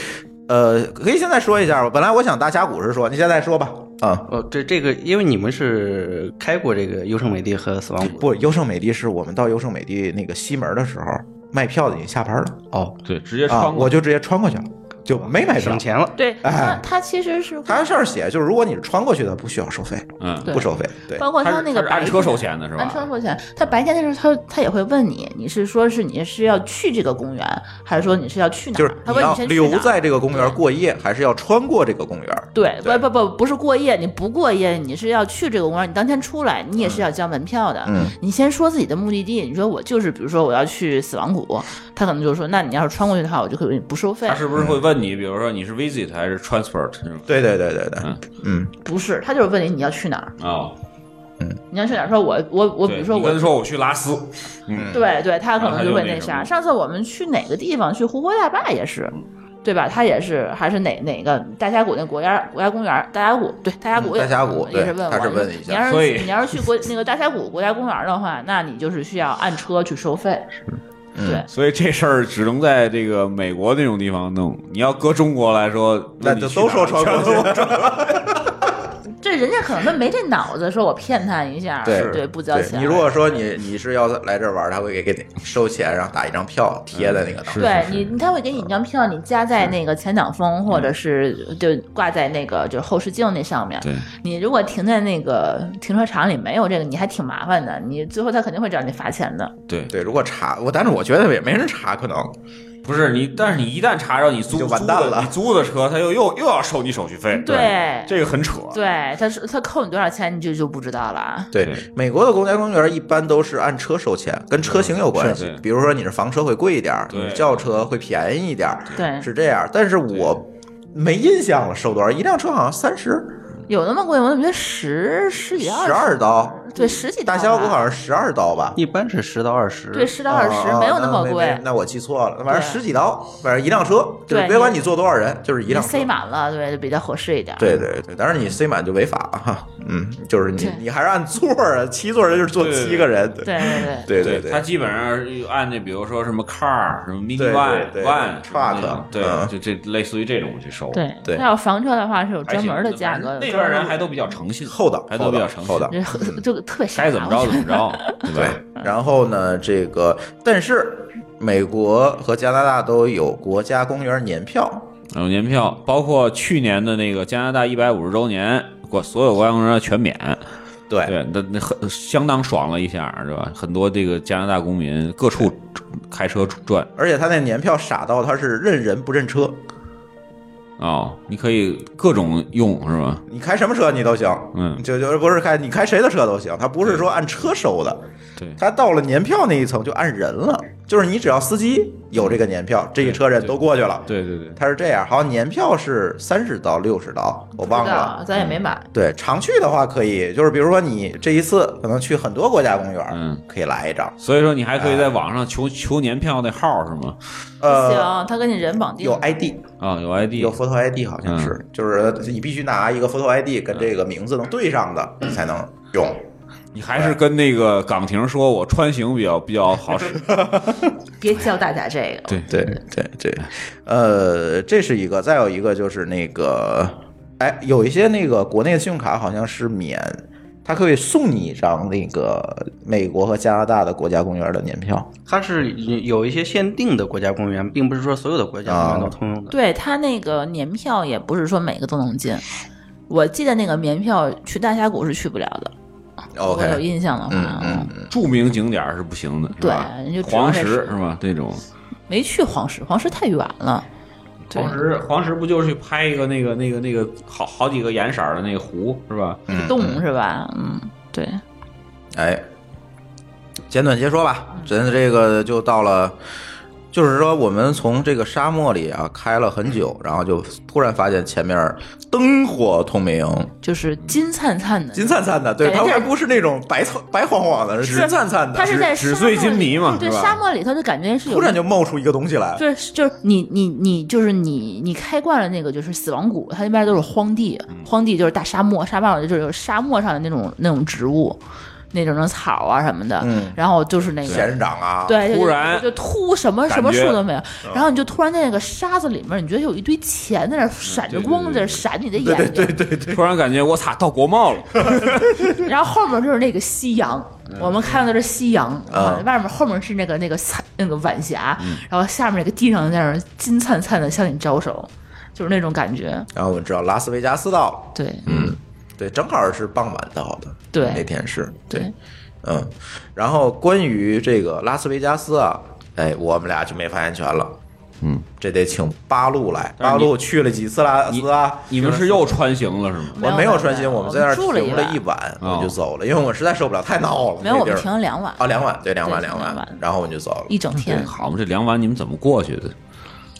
呃，可以现在说一下吧。本来我想大峡谷是说，你现在说吧。
嗯
啊、
哦，这这个，因为你们是开过这个优胜美地和死亡谷，
不，优胜美地是我们到优胜美地那个西门的时候，卖票的已经下班了
哦，
对，直接
啊，
穿过
我就直接穿过去了，就没买票
省。钱了。
对，它
哎
它其实是会
它上面写就是，如果你是穿过去的，不需要收费，
嗯，
对
不收费。对，
包括
它
它
是
那个
它是
白
按车收钱的是吧？
按车收钱，他白天的时候他他也会问你，你是说是你是要去这个公园，还是说你是要去哪儿？
就是
他
你
问
要
先去哪
留
儿
在这个公园过夜，还是要穿过这个公园？
对，
对
不不不，不是过夜，你不过夜，你是要去这个公园，你当天出来，你也是要交门票的。
嗯
你先说自己的目的地，你说我就是，比如说我要去死亡谷，他可能就说，那你要是穿过去的话，我就可以为你不收费
他。是不是会问你，比如说你是 visit 还是 transport 是吗？
对对对对对
嗯，
嗯，
不是，他就是问你你要去哪儿，
哦，
你要去哪儿？说我我我，比
对
如说
你
我
跟他说我去拉丝，嗯，
对对，他可
然后他
能就
就
会
那
那
什
啥。
么
上次我们去哪个地方？去胡佛大坝也是，对吧？他也是，还是哪哪个大峡谷那国家国家公园？大峡谷对大峡谷
嗯
也、
大峡谷
也
对
是问我，
他是问一下
你要
所
是
以
去你要是去国那个大峡谷国家公园的话，那你就是需要按车去收费。
嗯
对，
所以这事儿只能在这个美国那种地方弄。你要搁中国来说，
那
你
就
去啊
都
哪儿
说
(laughs)
穿
全
过去。
这人家可能没这脑子，说我骗他一下，
对
对，不交
对
钱。
你如果说你你是要来这儿玩儿，他会给给你收钱，然后打一张票贴在那
嗯
个当
是
上。
对你，你他会给你一张票，你夹在那个前挡风，或
嗯
者是就挂在那个就是后视镜那上面。
对，
你如果停在那个停车场里没有这个，你还挺麻烦的，你最后他肯定会找你罚钱的。
对，
对，如果查我，但是我觉得也没人查，可能
不是你，但是你一旦查着你租
就完蛋了
租的你租的车他又又又要收你手续费，
嗯对
这个很扯。
对，他是他扣你多少钱，你就就不知道了。啊
对
对
美国的国家公园一般都是按车收钱，跟
嗯
车型有关
是
系
对。
比如说你是房车会贵一点儿，
对
你是轿车会便宜一点儿，
对
是这样。但是我没印象了，收多少？一辆车好像三十、
有那么贵吗？我怎么觉得十十几
十
二
二刀，
对十几刀
大
吧
峡谷好像十二刀吧。
一般是十到二十。
对十到二十
哦，
没有那么
没
贵
没。那我记错了，反正
对
十几刀，反正一辆车，就是
对
别管你坐多少人，就是一
你
辆车
塞。满了，对，就比较合适一点。
对对对，当然你塞满就违法了哈，嗯，就是你
对
你还是按座儿啊，七座儿就是坐
对对
七个人，
对对对。
对
对
对对
他，基本上按那，比如说什么 car、什么 mini
对
van、
对对
van、
truck，
对
嗯，
就这类似于这种去收。
对
对
那要房车的话是有
还
专
行，
门的价格，
那边
有专门
人还都比较诚信，
厚道
还
厚
都比
道
较诚
厚
信，
道
这就特傻，
该怎么着
我
怎
觉得
么 (laughs) 着，对吧？
对，然后呢，这个但是美国和加拿大都有国家公园年票，
然后年票包括去年的那个加拿大一百五十周年，国所有国家公园全免，
对
对，那那很相当爽了一下，是吧？很多这个加拿大公民各处开车转
而且他那年票傻到他是认人不认车，
哦，你可以各种用，是吧？
你开什么车你都行，
嗯
就就是不是开你开谁的车都行，他不是说按车收的，
对
他到了年票那一层就按人了，就是你只要司机有这个年票，这一车人都过去了。
对对对，
他是这样，好像年票是三十到六十刀，我忘
不知
了
道。咱也没买。
对，常去的话可以，就是比如说你这一次可能去很多国家公园，
嗯，
可以来一张。
所以说你还可以在网上求求年票那号是吗？
呃，
行，他跟你人绑定
有 ID，
啊，有 ID，
有 photo ID 好像
嗯
是，就是你必须拿一个 photo ID 跟这个名字能对上的，
嗯
你才能用。
你还是跟那个岗亭说，我穿行比较比较好使。 (laughs)
别教大家这个。
对
对对对，呃，这是一个，再有一个就是那个，哎，有一些那个国内的信用卡好像是免，它可以送你一张那个美国和加拿大的国家公园的年票。
它是有一些限定的国家公园，并不是说所有的国家公园都通用的。
对他那个年票也不是说每个都能进，我记得那个年票去大峡谷是去不了的，如
哦
果
OK
有印象的话，
嗯嗯嗯，
著名景点儿是不行的，是吧
对就只能
黄
在
石
市
是吧？这种
没去黄石，黄石太远了。对
黄石，黄石不就是去拍一个那个那个那个好好几个颜色儿的那个湖是吧？
嗯
洞是吧？嗯，对，
哎，简短截说
嗯
吧，真的这个就到了，就是说我们从这个沙漠里啊开了很久，然后就突然发现前面灯火通明，
就是金灿灿的，
金灿灿的，对，
对
它
但
还
是
不是那种白苍白晃晃的，是金灿灿的，
它是在
纸
沙
醉
漠
金
里
迷嘛
对，
是吧
沙漠里头就感觉是有
突然就冒出一个东西来，
就是就是你你你就是你你开惯了那个就是死亡谷，它那边都是荒地，
嗯
荒地就是大沙漠，沙漠就是有沙漠上的那种那种植物，那种草啊什么的，
嗯
然后就是那
仙
个。
人掌啊，
对，就
突然
就秃什么
感
什么
觉嗯
树都没有，然后你就突然在那个沙子里面，你觉得有一堆钱在那儿闪着
对对
光，
对
在那
对
儿闪你的眼睛，
(laughs) 突然感觉我操到国贸
(laughs)
了，
然后后面就是那个夕阳，我们看到的是夕阳
嗯啊嗯
外面后面是那个那个彩那个晚霞，然后下面那个地上在那儿金灿灿的向你招手，就是那种感觉。
然后我们知道拉斯维加斯到了。
对，
嗯，对，正好是傍晚到的，
对
那天是
对，
嗯，然后关于这个拉斯维加斯啊，哎，我们俩就没发言权了，嗯，这得请八路来，
但
八
是你
路去了几次拉斯啊？
你们是又穿行了是吗？
我们没有穿行，
没有
我们在那儿
住了一
停了
晚
一晚，
哦
我就走了，因为我实在受不了，太闹了，
没有
那
我
地
们
儿
停了两晚，
啊，两晚，对，两晚，
对
两
两晚
然后我就走了，
一整天。
好嘛，这两晚你们怎么过去的？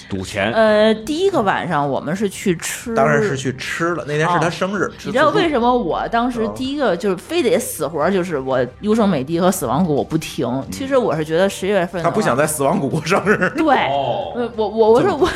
赌钱，
呃，第一个晚上我们是去吃，
当然是。去吃了，那天是他生日，
哦你知道为
么？
什么我当时
哦
第一个就是非得死活儿就是我优胜美地和死亡谷我不停。其实我是觉得十一月份的
嗯他不
话
想在死亡谷过生日，
对，呃我我我说我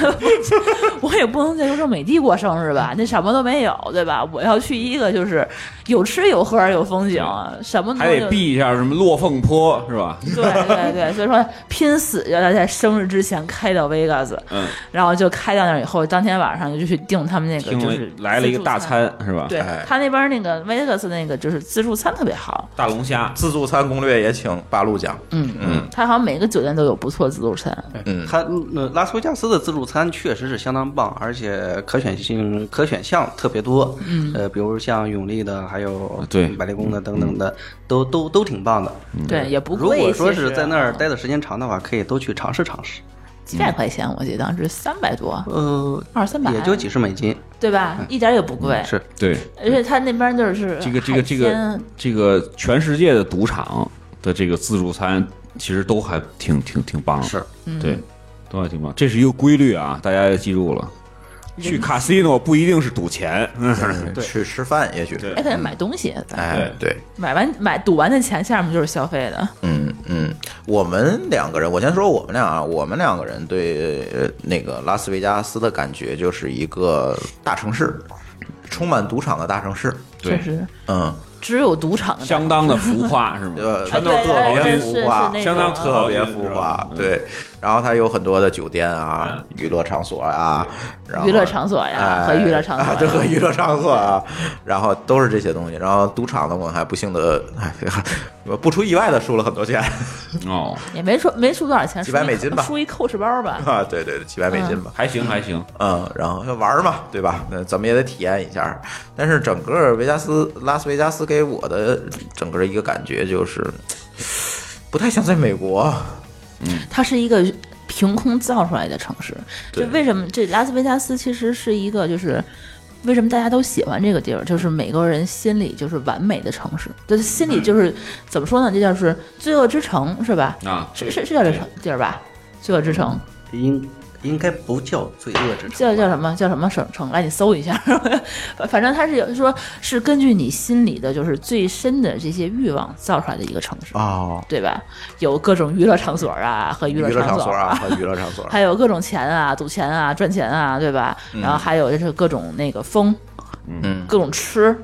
(laughs) 我也不能在优胜美地过生日吧，那什么都没有，对吧？我要去一个就是有吃有喝有风景，什么
还
都
得
有。
避一下什么落凤坡是吧？
对对对，所以说拼死要他在生日之前开到 Vegas，
嗯，
然后就开到那儿以后，当天晚上就去订他们那个
听
就
了
是
来了一个
自助
大餐，是吧？
对
哎
他那边那个 Vegas 那个就是自助餐特别好，
大龙虾，
自助餐攻略也请八路讲，
嗯
嗯，
他好像每个酒店都有不错自助餐，
嗯
它呃拉斯维加斯的自助餐确实是相当棒，而且可选性可选项特别多。嗯，呃，比如像永利的，还有
啊对嗯
百丽宫的等等的，都都都挺棒的。
对，也不
如
贵。
果说
其实啊
是在
啊
那儿待的时间长的话，可以都去尝试尝试。
几百块钱，我记得当时三百多，
呃，
二三百，
也就几十美金，
对吧？一点儿也不贵，
是
对，
而且他那边就是
这个这个这个这个全世界的赌场的这个自助餐，其实都还挺挺挺棒的，
是，
对，都还挺棒。这是一个规律啊，大家要记住了。去 casino 不一定是赌钱，嗯
去吃饭也许，
哎，可以买东西，
哎，对，
买完买赌完的钱下面就是消费的，
嗯嗯，我们两个人，我先说我们俩啊，我们两个人对呃那个拉斯维加斯的感觉就是一个大城市，充满赌场的大城市，
对
确实
嗯，
只有赌场的
相当的浮 (laughs) 夸是吗？
呃，
哎
全都
对
是特
哎
别
真
浮
是
夸
是，那
相当
种
特别浮夸，对。然后它有很多的酒店啊、娱乐场所啊，然后
娱乐场所呀
哎
和娱乐场
啊，对，
所
和
呀，
娱乐场所啊，然后都是这些东西。然后赌场呢，我们还不幸的，哎， (laughs) 不出意外的输了很多钱
哦，
也没说没输多少钱，
几百
输一
美金吧
输一扣式包吧。
啊，对对对，几百美金吧。
还行还行，
嗯，然后就玩儿嘛，对吧？那怎么也得体验一下。但是整个维加斯拉斯维加斯给我的整个一个感觉就是，不太像在美国。
它是一个凭空造出来的城市，
对
就为什么这拉斯维加斯其实是一个就是。为什么大家都喜欢这个地儿？就是美国人心里就是完美的城市，就是心里就是怎么说呢？这叫是罪恶之城，是吧？
啊
是是是叫这城地儿吧？罪恶之城，
嗯
应应该不叫罪恶之城
叫
吧。
叫什么叫什么省城？来，你搜一下。 (laughs) 反正它是有说，是根据你心里的就是最深的这些欲望造出来的一个城市，
哦，
对吧？有各种娱乐场所啊和娱
娱
乐
乐
场
场所
啊，
啊，和娱乐场所。
还有各种钱啊、赌钱啊、赚钱啊，对吧？然后还有就是各种那个风，
嗯
各种吃，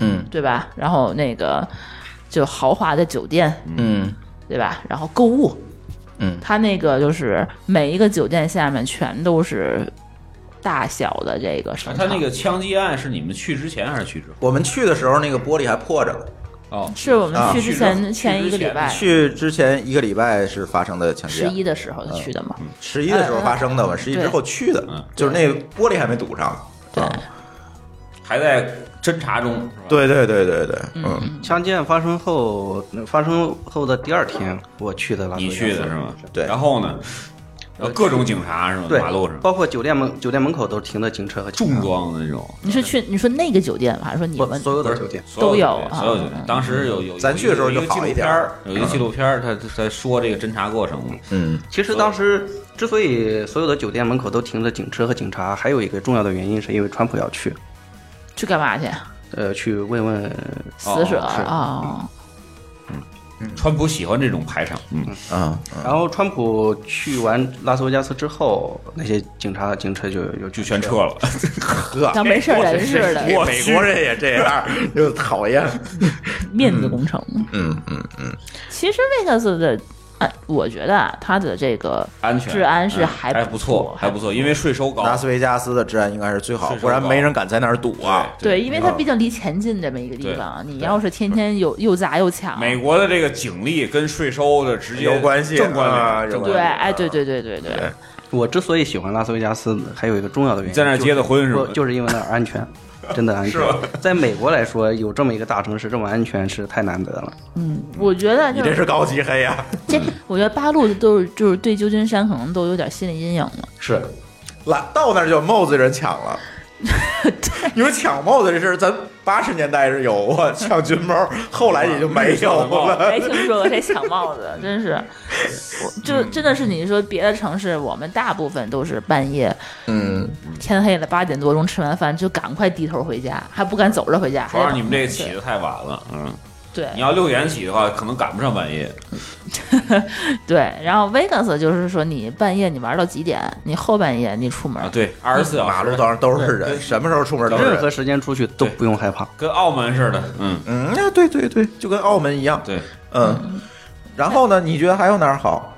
嗯
对吧？然后那个就豪华的酒店，
嗯
对吧？然后购物，
嗯
它那个就是每一个酒店下面全都是大小的这个商
啊
场。
他那个枪击案是你们去之前还是去之后？
我们去的时候那个玻璃还破着呢。
哦，
是我们
啊
去之前、
去之
前一个
去之
礼
前
拜
去之前一个礼拜是发生的强
十
奸，
一的时候去的嘛，
十一的时候发生的嘛，十一之后去的，就是那玻璃还没堵上。
对
啊
还在侦查中，是吧？
对对对对对，嗯，
枪击案发生后，发生后的第二天，我去的拉斯维
你
加斯
去啊的是吗？
对
然后呢，呃，各种警察是吗？
对，
马路上
包括酒店门酒店门口都是停的警车和警察
重，装的那种，
你是去你说那个酒店吗？还是说你
不，
们
所有的酒店。
所
都有
的
啊
所有酒店。当时有有，
咱
有
去的时候
有一个
就
纪
好
录
一点
片儿嗯
儿，
有一个纪录片儿，他在说这个侦查过程嘛。
其实当时之所以所有的酒店门口都停着警车和警察，还有一个重要的原因是因为川普要去，
去干嘛去？
呃，去问问
嗯
死者
是
啊，
川普喜欢这种排场，嗯，
啊，
然后川普去完拉斯维加斯之后，那些警察警车就有
就
就
全撤。 (laughs) 了。
呵，
像没事人似的，
嗯美国人也这样，就讨厌。
面子工程。
嗯嗯嗯，
其实 Vegas 的，哎，我觉得啊，它的这个
安全
治安是
嗯
还
还
不
错
错，
还不错，因为税收高。
拉斯维加斯的治安应该是最好，不然没人敢在那儿赌啊。
对，因为它毕竟离前近这么一个地方，你要是天天有又砸又抢，
美国的这个警力跟税收的直接
有关系
正关
啊
联，
有
正
关
对，
关联。
哎，对对对对对，
我之所以喜欢拉斯维加斯，还有一个重要的原因，
在那儿结的婚是
就
吗
不就是因为那儿
(laughs)
安全，真的安全。在美国来说，有这么一个大城市这么安全是太难得了。
嗯，我觉得
你
就
这是高级黑啊呀！
这，我觉得八路都是就是对旧金山可能都有点心理阴
(laughs)
影了。
(laughs) 是，来到那儿就有帽子人抢了。 (laughs) 你说抢帽子这事儿，咱八十年代是有过抢军帽，后来也就没有了。
没听说过谁抢
(laughs)
帽子，真是，我就
嗯
真的是你说别的城市，我们大部分都是半夜
嗯，
天黑了八点多钟吃完饭就赶快低头回家，还不敢走着回家。
主要是你们这个起的太晚了，嗯，
对
你要六点起的话，可能赶不上半夜。
对，然后 Vegas 就是说你半夜你玩到几点，你后半夜你出门
啊，，对，二十四小时
马路上都是人，什么时候出门都是
任何
人。
时间出去都不用害怕。
跟澳门似的，嗯，
嗯，那对对对，就跟澳门一样。
对，
嗯，然后呢？你觉得还有哪儿好？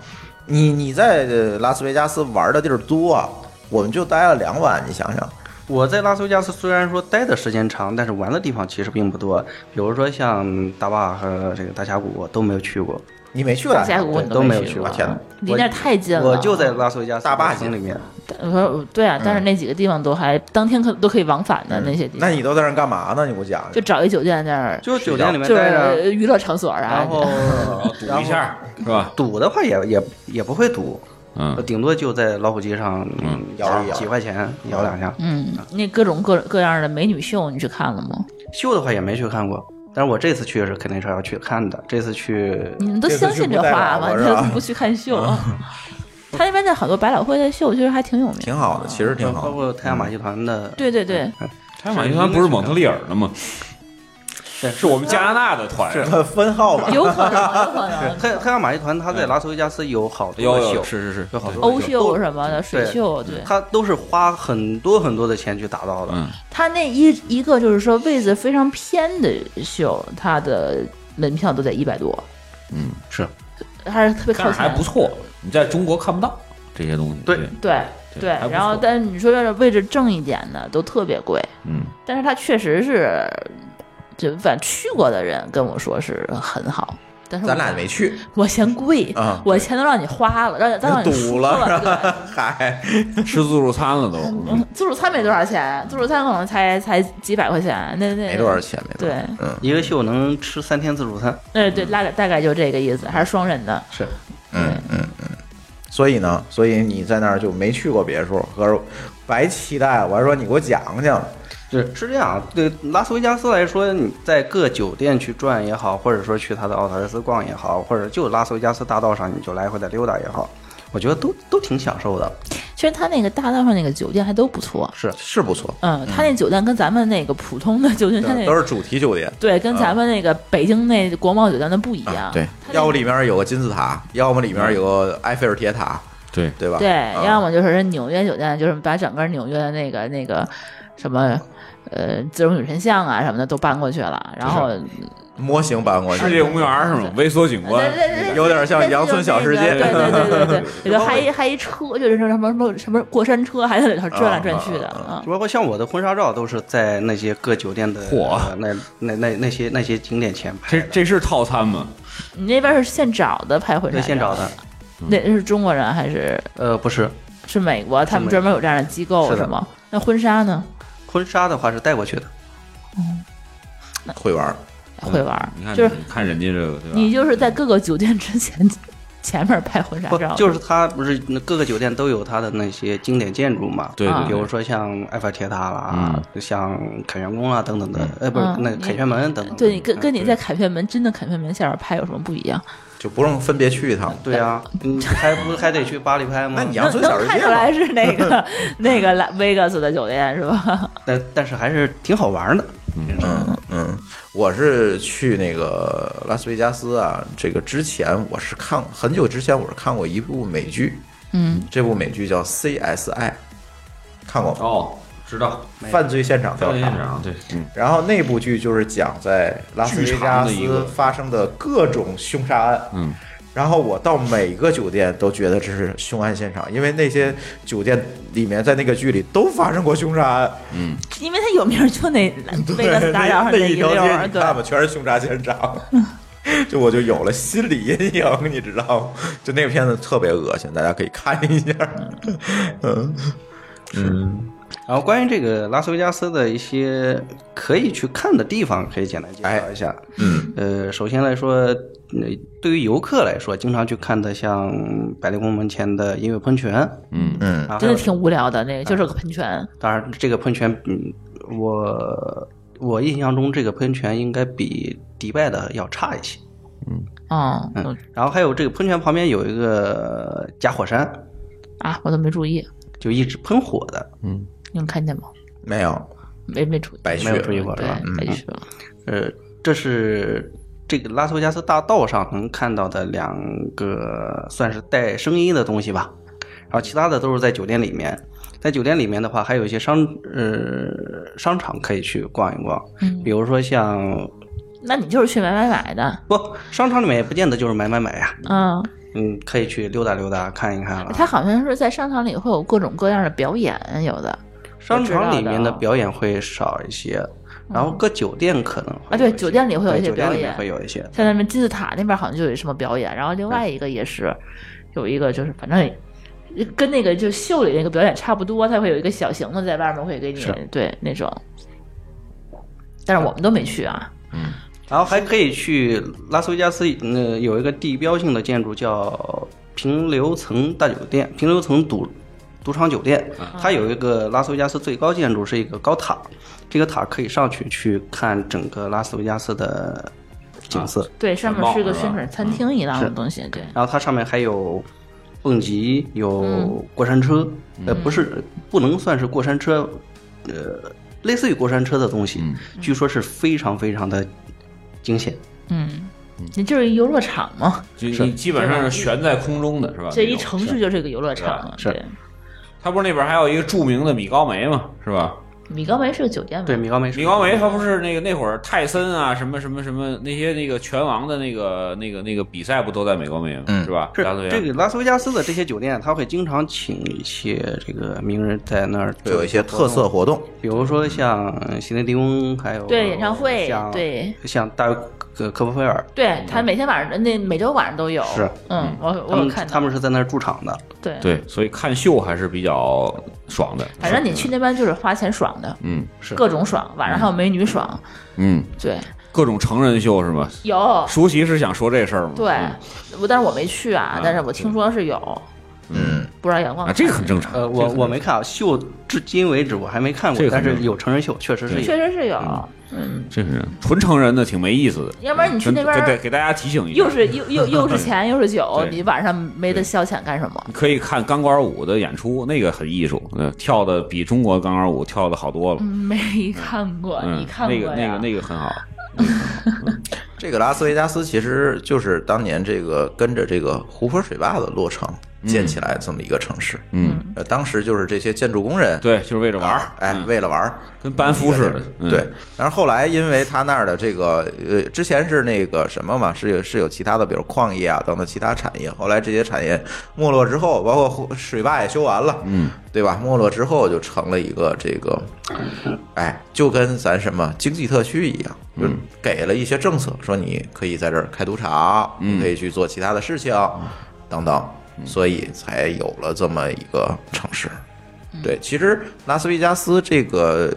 你你在呃拉斯维加斯玩的地儿多啊，我们就待了两晚，你想想，
我在拉斯维加斯虽然说待的时间长，但是玩的地方其实并不多。比如说像大坝和这个大峡谷，我都没有去过。
你没去过大
峡谷
对
你
都没
没
有去
过，
过天哪
离那儿太近了。
我就嗯在拉斯维加斯
大坝
城里面，
我说对啊，但是那几个地方都还当天可都可以往返
嗯
的那些地
那
方，
你都在那儿干嘛呢？你给我讲
就
讲。
找一酒店在那儿，
就是酒店里面
就
待着，
是娱乐场所啊
然。后
(laughs) 哦
然后赌一下是吧？
赌的话也也也不会赌，
嗯，
顶多就在老虎机上嗯
摇一摇
几块钱摇两下。
嗯，那各种各各样的美女秀，你去看了吗？
秀的话也没去看过，但是我这次去是肯定是要去看的。这次去
你们都相信这话吗？ (laughs)
这
你
次去不带娃娃是吧
怎么不去看秀？
嗯
他那边在很多百老汇的秀，其实还挺有名，
挺好的，其实挺好 (laughs)
包
的。
括太阳马戏团的，嗯
对对对，
开马集团不是蒙特利尔的吗？是我们加拿大的团，
是 (laughs) 分号吧？
有可能，有可
(laughs)
能。
太太阳马戏团，它在拉斯维加斯有好多
有
的
有
秀，
是是是，
有好多
欧
的
秀什么的，水
对
秀，对，
它都是花很多很多的钱去打造的。
嗯
他那一一个就是说位置非常偏的秀，他的门票都得一百多，
嗯是，
还是特别靠
但是
前，
还不错，你在中国看不到这些东西。
对
对
对
对
还不，错
然后但是你说要是位置正一点的，都特别贵，
嗯，
但是它确实是，就反正去过的人跟我说是很好，但是我
咱俩没去， (laughs)
我嫌贵
啊
我钱都让你花了，让你都让你
赌
输
了是
对
吧？嗨，
吃自助餐了都，嗯
嗯自助餐没多少钱，自助餐可能才才几百块钱，那那
没多少钱，没多少钱。嗯
一个秀能吃三天自助餐，
哎，对，大概大概就这个意思，还是双人的。
是
嗯嗯嗯。所以呢，所以你在那儿就没去过别墅，合着白期待。我还说你给我讲讲，
是是这样啊。对拉斯维加斯来说，你在各酒店去转也好，或者说去它的奥特莱斯逛也好，或者就拉斯维加斯大道上你就来回的溜达也好，我觉得都都挺享受的。
其实他那个大道上那个酒店还都不错，
是是不错，
嗯，他那酒店跟咱们那个普通的酒店，他那
都是主题酒店。
对，跟咱们那个北京那国贸酒店的不一样。
啊对，
它那
要不里面有个金字塔，要么里面有个埃菲尔铁塔，
对
对吧？
对，
嗯
要么就是人纽约酒店，就是把整个纽约的那个那个什么。呃，自由女神像啊什么的都搬过去了，然后
模型搬
嗯
过
世界
去，
公园
(laughs)
是吗？微缩景观，
对对对
有点像羊村小世界
对对对对对对，
(laughs)
有个还一还一车，就是什么什么什么过山车，还在里头转来转去
啊
的，嗯，
就包括像我的婚纱照，都是在那些各酒店的
嚯
呃那那那那些那些景点前拍
这
的，
这是套餐吗？
你那边是现找的拍婚纱
对
照，
现找的。
那是中国人还是
呃，不是
是美国？他们
美
专门有这样的机构
是的
吗？那婚纱呢？
婚纱的话是带过去的，
会玩儿，
会玩儿
嗯你看，，
就是
你啊看人家这个，对吧？
你就是在各个酒店之前前面拍婚纱
不
照，
就是它不是那各个酒店都有它的那些经典建筑嘛？
对对
比如说像埃菲尔铁塔啦，像凯旋宫啦等等的，呃，不是
嗯
那个凯旋门等等的。
对你跟
嗯
跟你在凯旋门真的凯旋门下边拍有什么不一样？
就不用分别去一趟。
对
(laughs)
啊，你还不还得去巴黎拍吗？
那你要
能
最小
能
世
看
界
出
嘛
来是那个那个拉维加斯的酒店是吧？ (laughs)
但但是还是挺好玩的。
嗯嗯，我是去那个拉斯维加斯啊，这个之前我是看很久之前我是看过一部美剧，
嗯，
这部美剧叫《CSI》，看过吗？
哦，知道，
犯罪现场调
赵院
查。
长，对，嗯，
然后那部剧就是讲在拉斯维加
巨长的一个
斯发生的各种凶杀案，
嗯，
然后我到每个酒店都觉得这是凶案现场，因为那些酒店里面在那个剧里都发生过凶杀
(laughs)
案，
因为它有名儿就那维加斯大道上
那
一
一
溜
条街
儿，
你
对，
看吧，全是凶杀现场。 (laughs) 就我就有了心理阴影，你知道吗？就那个片子特别恶心，大家可以看一下。嗯嗯，
然后关于这个拉斯维加斯的一些可以去看的地方，可以简单
哎
介绍一下。
嗯，
呃，首先来说，呃，对于游客来说，经常去看的像百丽宫门前的音乐喷泉，啊
嗯
嗯
然后还
真
有
的挺无聊的，那个就是个喷泉，
当然，这个喷泉，嗯，我我印象中这个喷泉应该比迪拜的要差一些。
嗯
嗯，然后还有这个喷泉旁边有一个假火山，
啊，我都没注意，
就一直喷火的。
你们看见吗？
没有
没没注意，
白
没有
雪，
注意过是
对
吧？，
白去了，
呃，这是这个拉斯维加斯大道上能看到的两个算是带声音的东西吧，然后其他的都是在酒店里面。在酒店里面的话，还有一些商呃商场可以去逛一逛，
嗯
比如说像
那你就是去买买买的，
不商场里面也不见得就是买买买呀、
嗯，
嗯，可以去溜达溜达看一看了。
它好像是在商场里会有各种各样的表演，有的
商场里面
我知道的
的
嗯
表演会少一些，然后各酒店可能会
啊对
有一些
酒店里会有一
对
些
酒店
表
里面
演
会有一些，
像那边金字塔那边好像就有什么表演，然后另外一个也是有一个就是反正也跟那个就秀里那个表演差不多，它会有一个小型的在外面会给你
是
对那种，但是我们都没去啊，
然后还可以去拉斯维加斯，呃，有一个地标性的建筑叫平流层大酒店，平流层赌赌场酒店，
嗯
它有一个拉斯维加斯最高建筑是一个高塔，这个塔可以上去去看整个拉斯维加斯的景色，
对，上面
很棒
是个
是吧
宣传餐厅一样的
是
东西，对，
然后它上面还有蹦极，有
嗯
过山车，呃，不是不能算是过山车，呃，类似于过山车的东西，
嗯
据说是非常非常的惊险。
嗯。你就是一游乐场嘛，
就你基本上是悬在空中的是吧？
这一
那种
城市就是一个游乐场
是
了。
是
对，
它不是那边还有一个著名的米高梅嘛，是吧？
米高梅是个酒店吧？
对，米高梅是
米高梅他不是那个那会儿泰森啊，什么什么什么那些那个拳王的那个那个那个比赛不都在美高梅吗？
嗯
是吧？
是
拉斯维加
这
斯
个拉斯维加斯的这些酒店，他会经常请一些这个名人在那儿
会有一些特色，活动。
比如说像席内迪翁，还有
对演唱会
像
对
像大卫科科波菲尔，
对，他每天晚上那每周晚上都有。
是，
嗯，我
他
我有
们
看到。
他们是在那儿驻场的，
对，
对，所以看秀还是比较爽的。
反正你去那边就是花钱爽的，
嗯
是
各种爽，晚上还有美女爽。
嗯，
对，
各种成人秀是吗？
有。
舒淇是想说这事儿吗？
对
嗯，
我但是我没去啊
啊，
但是我听说是有，
嗯，
不知道阳光
啊，这个很正常。
呃，我我没看啊，秀至今为止我还没看
这个
过，但
很
是
正
有成人秀，确实是
确
有。
实是有，嗯，
这个人纯成人的挺没意思的。
要不然你去那边
跟跟给大家提醒一下，
又是又又又是钱又是酒
对，嗯
你晚上没得消遣干什么？
可以看钢管舞的演出，那个很艺术，呃，跳的比中国钢管舞跳的好多了。
嗯没看过，
嗯
你，看过
那
呀？
个那个那个很好。
这个拉斯维加斯其实就是当年这个跟着这个湖泊水坝的落成建起来这么一个城市。
嗯，
呃，当时就是这些建筑工人
对，就是为了玩儿
啊，哎
嗯，
为了玩儿，
跟班夫似的。嗯
对，，然后后来因为他那儿的这个呃，之前是那个什么嘛，是有是有其他的，比如矿业啊等等其他产业。后来这些产业没落之后，包括湖水坝也修完了，
嗯，
对吧？没落之后就成了一个这个，哎，就跟咱什么经济特区一样，就给了一些政策，说你可以在这儿开赌场，你可以去做其他的事情，等等，所以才有了这么一个城市。对，其实拉斯维加斯这个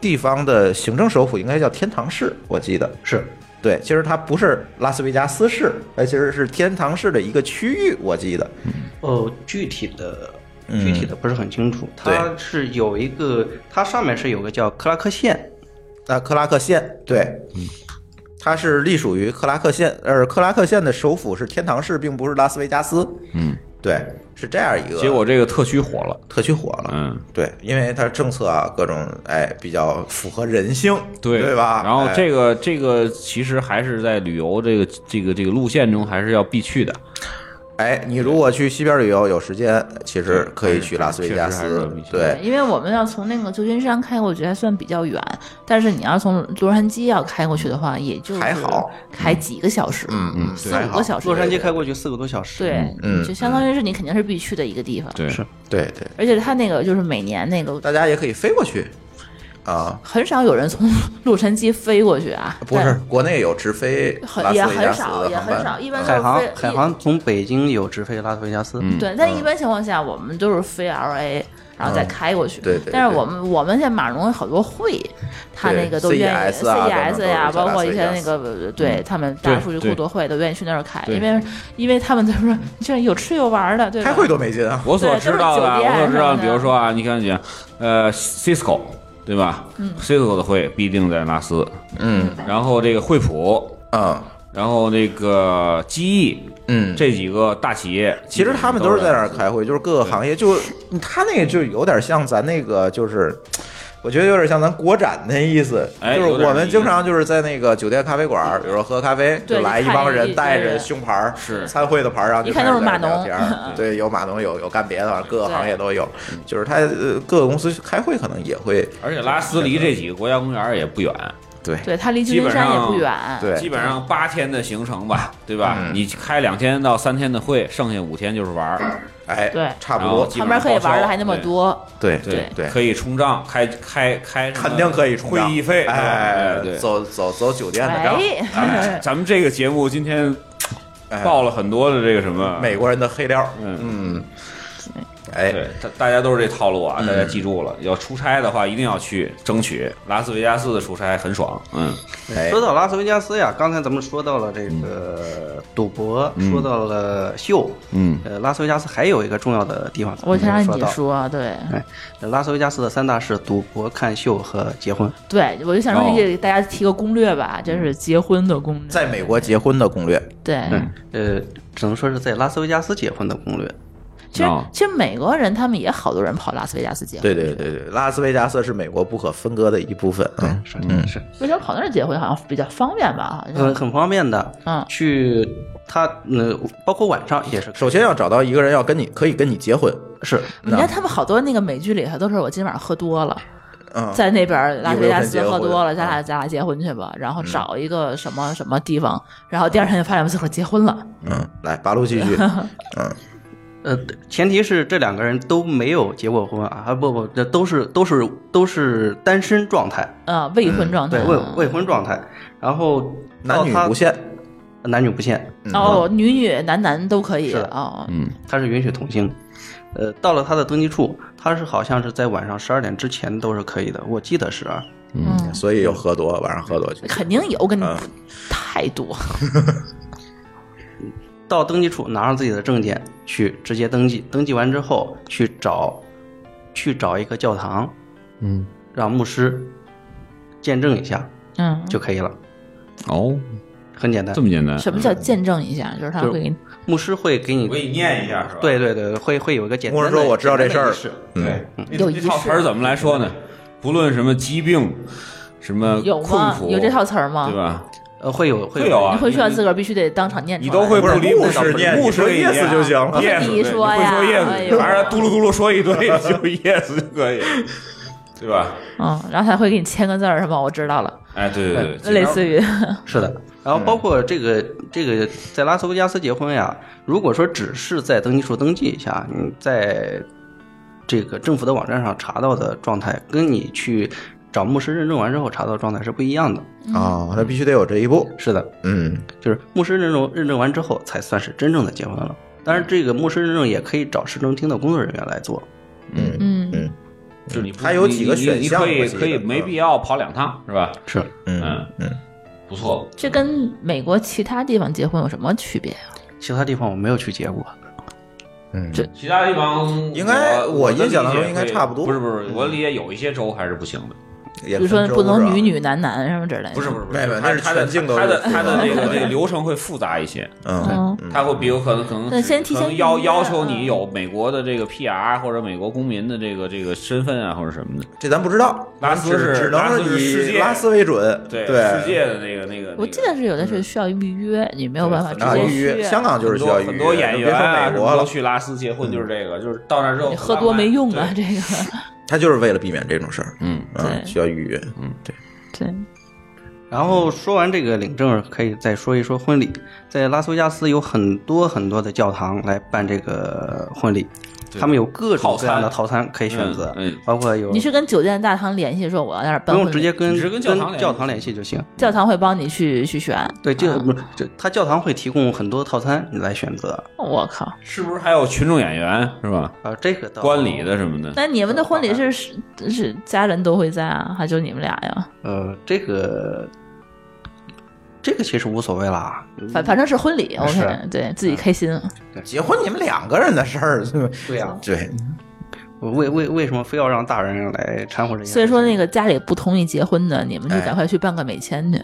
地方的行政首府应该叫天堂市，我记得
是
对，其实它不是拉斯维加斯市，哎，其实是天堂市的一个区域，我记得。
哦，具体的
嗯
具体的不是很清楚，
对
它是有一个，它上面是有个叫克拉克县，
啊，克拉克县，对，
嗯
它是隶属于克拉克县，而克拉克县的首府是天堂市，并不是拉斯维加斯。
嗯，
对，啊是这样一个。
结果这个特区火了，
特区火了，
嗯，
对，因为它政策啊，各种哎比较符合人性，对
对
吧？
然后
哎
这个、这个其实还是在旅游这个这个这个路线中还是要必去的，
哎，你如果去西边旅游有时间，其实可以去拉斯维加
确实还
斯
是必，须
对，
因为我们要从那个旧金山开过去，还算比较远，但是你要从洛杉矶要开过去的话，也就是
还好，
开几个小时，
嗯嗯，
四
还
五
好
个，小时。
洛杉矶开过去四个多小时。
对，
嗯
就相当于是你肯定是必去的一个地方。
对，
是
对对，
而且它那个就是每年那个
大家也可以飞过去啊，
很少有人从 (laughs) 洛杉矶飞过去啊，
不是，国内有直飞
但
拉
很也
斯维加
很
斯
少，
的
也
航
很少，
班，嗯
一般都
海
是
航
飞
海。航从北京有直飞拉斯维加斯，
嗯
一对，但一般情况下我们都是飞 L A，然后再开过
嗯
去。
对对对
但是我们我们现在马龙有好多会，他那个都愿意
CES 啊等等都
CES
是在
呀，包括一些
拉斯
那
维加斯嗯
个对他们大数据
对
库多会都愿意去那儿开，
对
因为因为他们都说 (laughs) 这有吃有玩的，对
嗯
吧？
开会多没劲啊！
我所
对
知
都是
道的，
酒店
我所知道的，
什么的
比如说啊，你看姐，呃，Cisco 对吧？嗯，Cisco 的会必定在拉斯，
嗯
然后这个惠普，
嗯
然后那个机翼
嗯，
这几个大企业，
其实他们
都
都是在
那
那儿开会，就是各个行业，就是他那个就有点像咱那个，就是我觉得有点像咱国展那意思，
哎
就
有
是
点
我们经常就是在那个酒店咖啡馆儿，比如说喝咖啡，
对
就来一帮人
一看一
带着
对
胸牌儿，
是
参会的牌儿，然后就
一看都是
开始在那儿
码
聊
农
天
(laughs)
儿对，有码农，有有干别的，反正各个
对
行业都有，就是他呃各个公司开会可能也会
而且拉斯离这几个国家公园也不远，
对
对，它离旧金山也不远。
对
基本上八天的行程吧，对吧？
嗯
你开两天到三天的会，剩下五天就是玩儿，
哎
对
差不
然后
多
基
旁
本
边
上
可以玩的还那么
报销，
多，
对
对
对
可以冲账，开开开什么
肯定可以冲
会
浪
议费，
哎
哎，对。
走走走酒店的账，
哎，
咱们这个节目今天
哎
爆了很多的这个什么
美国人的黑料儿，
啊嗯，
嗯，哎，
对，大大家都是这套路啊，
嗯
大家记住了，要出差的话一定要去争取拉斯维加斯的出差很爽，嗯，
哎
说到拉斯维加斯呀，刚才咱们说到了这个赌博，说到了秀，
嗯
呃，拉斯维加斯还有一个重要的地方，
我想让
咱们
你
没到。
说，对
哎，拉斯维加斯的三大是赌博、看秀和结婚。
对，我就想
哦
说给大家提个攻略吧，就是结婚的攻略。
在美国结婚的攻略，
对，
呃，只能说是在拉斯维加斯结婚的攻略。
其实
哦
其实美国人他们也好多人跑拉斯维加斯结婚，
对对对对，拉斯维加斯是美国不可分割的一部分。嗯，
是是，
为什么跑那儿结婚好像比较方便吧？好
很
像
很方便的。
嗯
去他呃，包括晚上也是。
首先要找到一个人要跟你可以跟你结婚，
是
你看他们好多那个美剧里头都是我今晚上喝多了，
嗯，
在那边拉斯维加斯
有没有
喝
人结婚
多了，咱俩
嗯
咱俩结婚去吧，然后找一个什么什么地方，然后第二天就发现自个儿结婚了。
嗯，来八路继续，
(laughs)
嗯，
呃，前提是这两个人都没有结过婚啊，啊不不，这都是都是都是单身状态，
嗯，未婚状态
对，，未未婚状态。然后
男女
到他
不限，嗯
男女不限，
哦，女女男男都可以
是的
哦，
他是允许同性。呃，到了他的登记处，他是好像是在晚上十二点之前都是可以的，我记得是啊。
嗯，
所以有喝多，晚上喝多去。
肯定有，跟你
嗯
太多，
到登记处拿上自己的证件去直接登记，登记完之后去找去找一个教堂，
嗯，
让牧师见证一下
嗯，
就可以了，
哦，
很简单
这。么简单，
什么叫见证一下？就是他
就
会给你
牧师会给你
我给你念一下是吧？
对对对，会会有一个简单
牧
的。
师说：“我知道这事儿
简单的仪式。
对，
嗯
这
有仪
套词儿
式
怎么来说呢？不论什么疾病，什么
有
困
吗？
苦，
有这套词儿吗？
对吧？
呃，会有会
会有啊
你会需要自个儿必须得当场念
你
出来。
都会
不是
离
牧师念
牧师
你说
给你
yes
念
就行了
，yes，
你
对
说呀
会说
哎
yes，
呦
反正嘟噜嘟噜说一堆， (laughs) 你就 yes 就可以，对吧？
嗯，然后他会给你签个字儿是吗？我知道了，
哎，对对对，
类似于
是
嗯
的。然后包括这个、这个在拉斯维加斯结婚呀，如果说只是在登记处登记一下，你在这个政府的网站上查到的状态，跟你去找牧师认证完之后查到的状态是不一样的。
啊，那必须得有这一步。
是的，
嗯，
就是牧师认证认证完之后才算是真正的结婚了。当然，这个牧师认证也可以找市政厅的工作人员来做。
嗯
嗯
就是你不
它有几个
你你
选项
你可
我
以
记得
可以没必要跑两趟是吧？
是
嗯
嗯
嗯，
不错，
这跟美国其他地方结婚有什么区别啊？
其他地方我没有去结过，
嗯，
这
其他地方
应该
我
我
的
印象当中
理解
应该
可以
差不多嗯
不是不是，我理解有一些州还是不行的。
比
比如说不能女，女男男什么之类的。
不是不是不
没
是，
有
它
那是
它的
全境都
它的
是
它的
对
那个
对
那个流程会复杂一些，
嗯
嗯，
它会比如可能可能
对先提
可能
前
要
预约
要求
嗯
你有美国的这个 PR 或者美国公民的这个这个身份啊或者什么的。
这咱不知道，
拉丝
只
是
只
拉
能
丝是世
以
界
拉斯为准，对
世界的那个那个，
我记得是有的是需要预约，你没有办法
对
直
啊，
接
预约
去。
香港就是
很
需
多
要预约，
很多演
就
员
别
啊
说
什
美
么
国
都
了，
去拉丝结婚，就是这个，就是到那之后
你喝多没用啊，这个
他就是为了避免这种事儿，
嗯，
嗯，
对
需要预约，
对，
然后说完这个领证，可以再说一说婚礼。在拉斯维加斯有很多很多的教堂来办这个婚礼，他们有各种各样的套餐可以选择，
嗯嗯
包括有
你是跟酒店大堂联系说我要在那儿
不
办婚礼，
用直接跟
你是跟教堂联系
教堂联系就行。
教堂会帮你去去选。
对，这
啊
个不是这他教堂会提供很多套餐你来选择，
我靠，
是不是还有群众演员是吧？
啊，这个倒
观礼的什么的，
(laughs) 那你们的婚礼是是是家人都会在啊，还就你们俩呀？
呃，这个这个其实无所谓啦，嗯
反反正是婚
嗯
礼
是
，OK，对自己开心。
结婚你们两个人的事儿，
对呀
对，
为为为什么非要让大人来掺和这些？
所以说那个家里不同意结婚的，你们就
哎
赶快去办个美签去，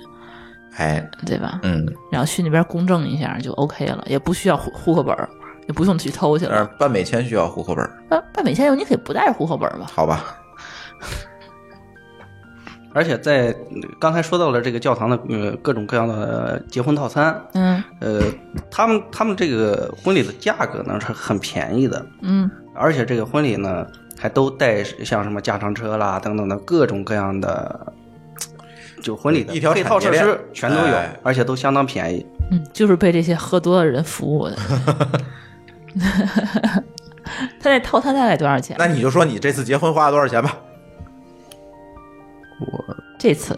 哎，
对吧？
嗯，
然后去那边公证一下就 OK 了，也不需要户户口本儿，也不用去偷去
但是
了。
办美签需要户口本儿，
办办美签时你可以不带着户口本儿吧？
好吧？
而且在呃刚才说到了这个教堂的呃各种各样的呃结婚套餐，
嗯
呃，他们他们这个婚礼的价格呢是很便宜的，
嗯，
而且这个婚礼呢还都带像什么加长车啦等等的各种各样的。就婚礼的
一条
配套设
产业
施
链
全都有
哎，
而且都相当便宜。
嗯，就是被这些喝多的人服务的。 (laughs) 他那套餐大概多少钱？
那你就说你这次结婚花了多少钱吧？
这次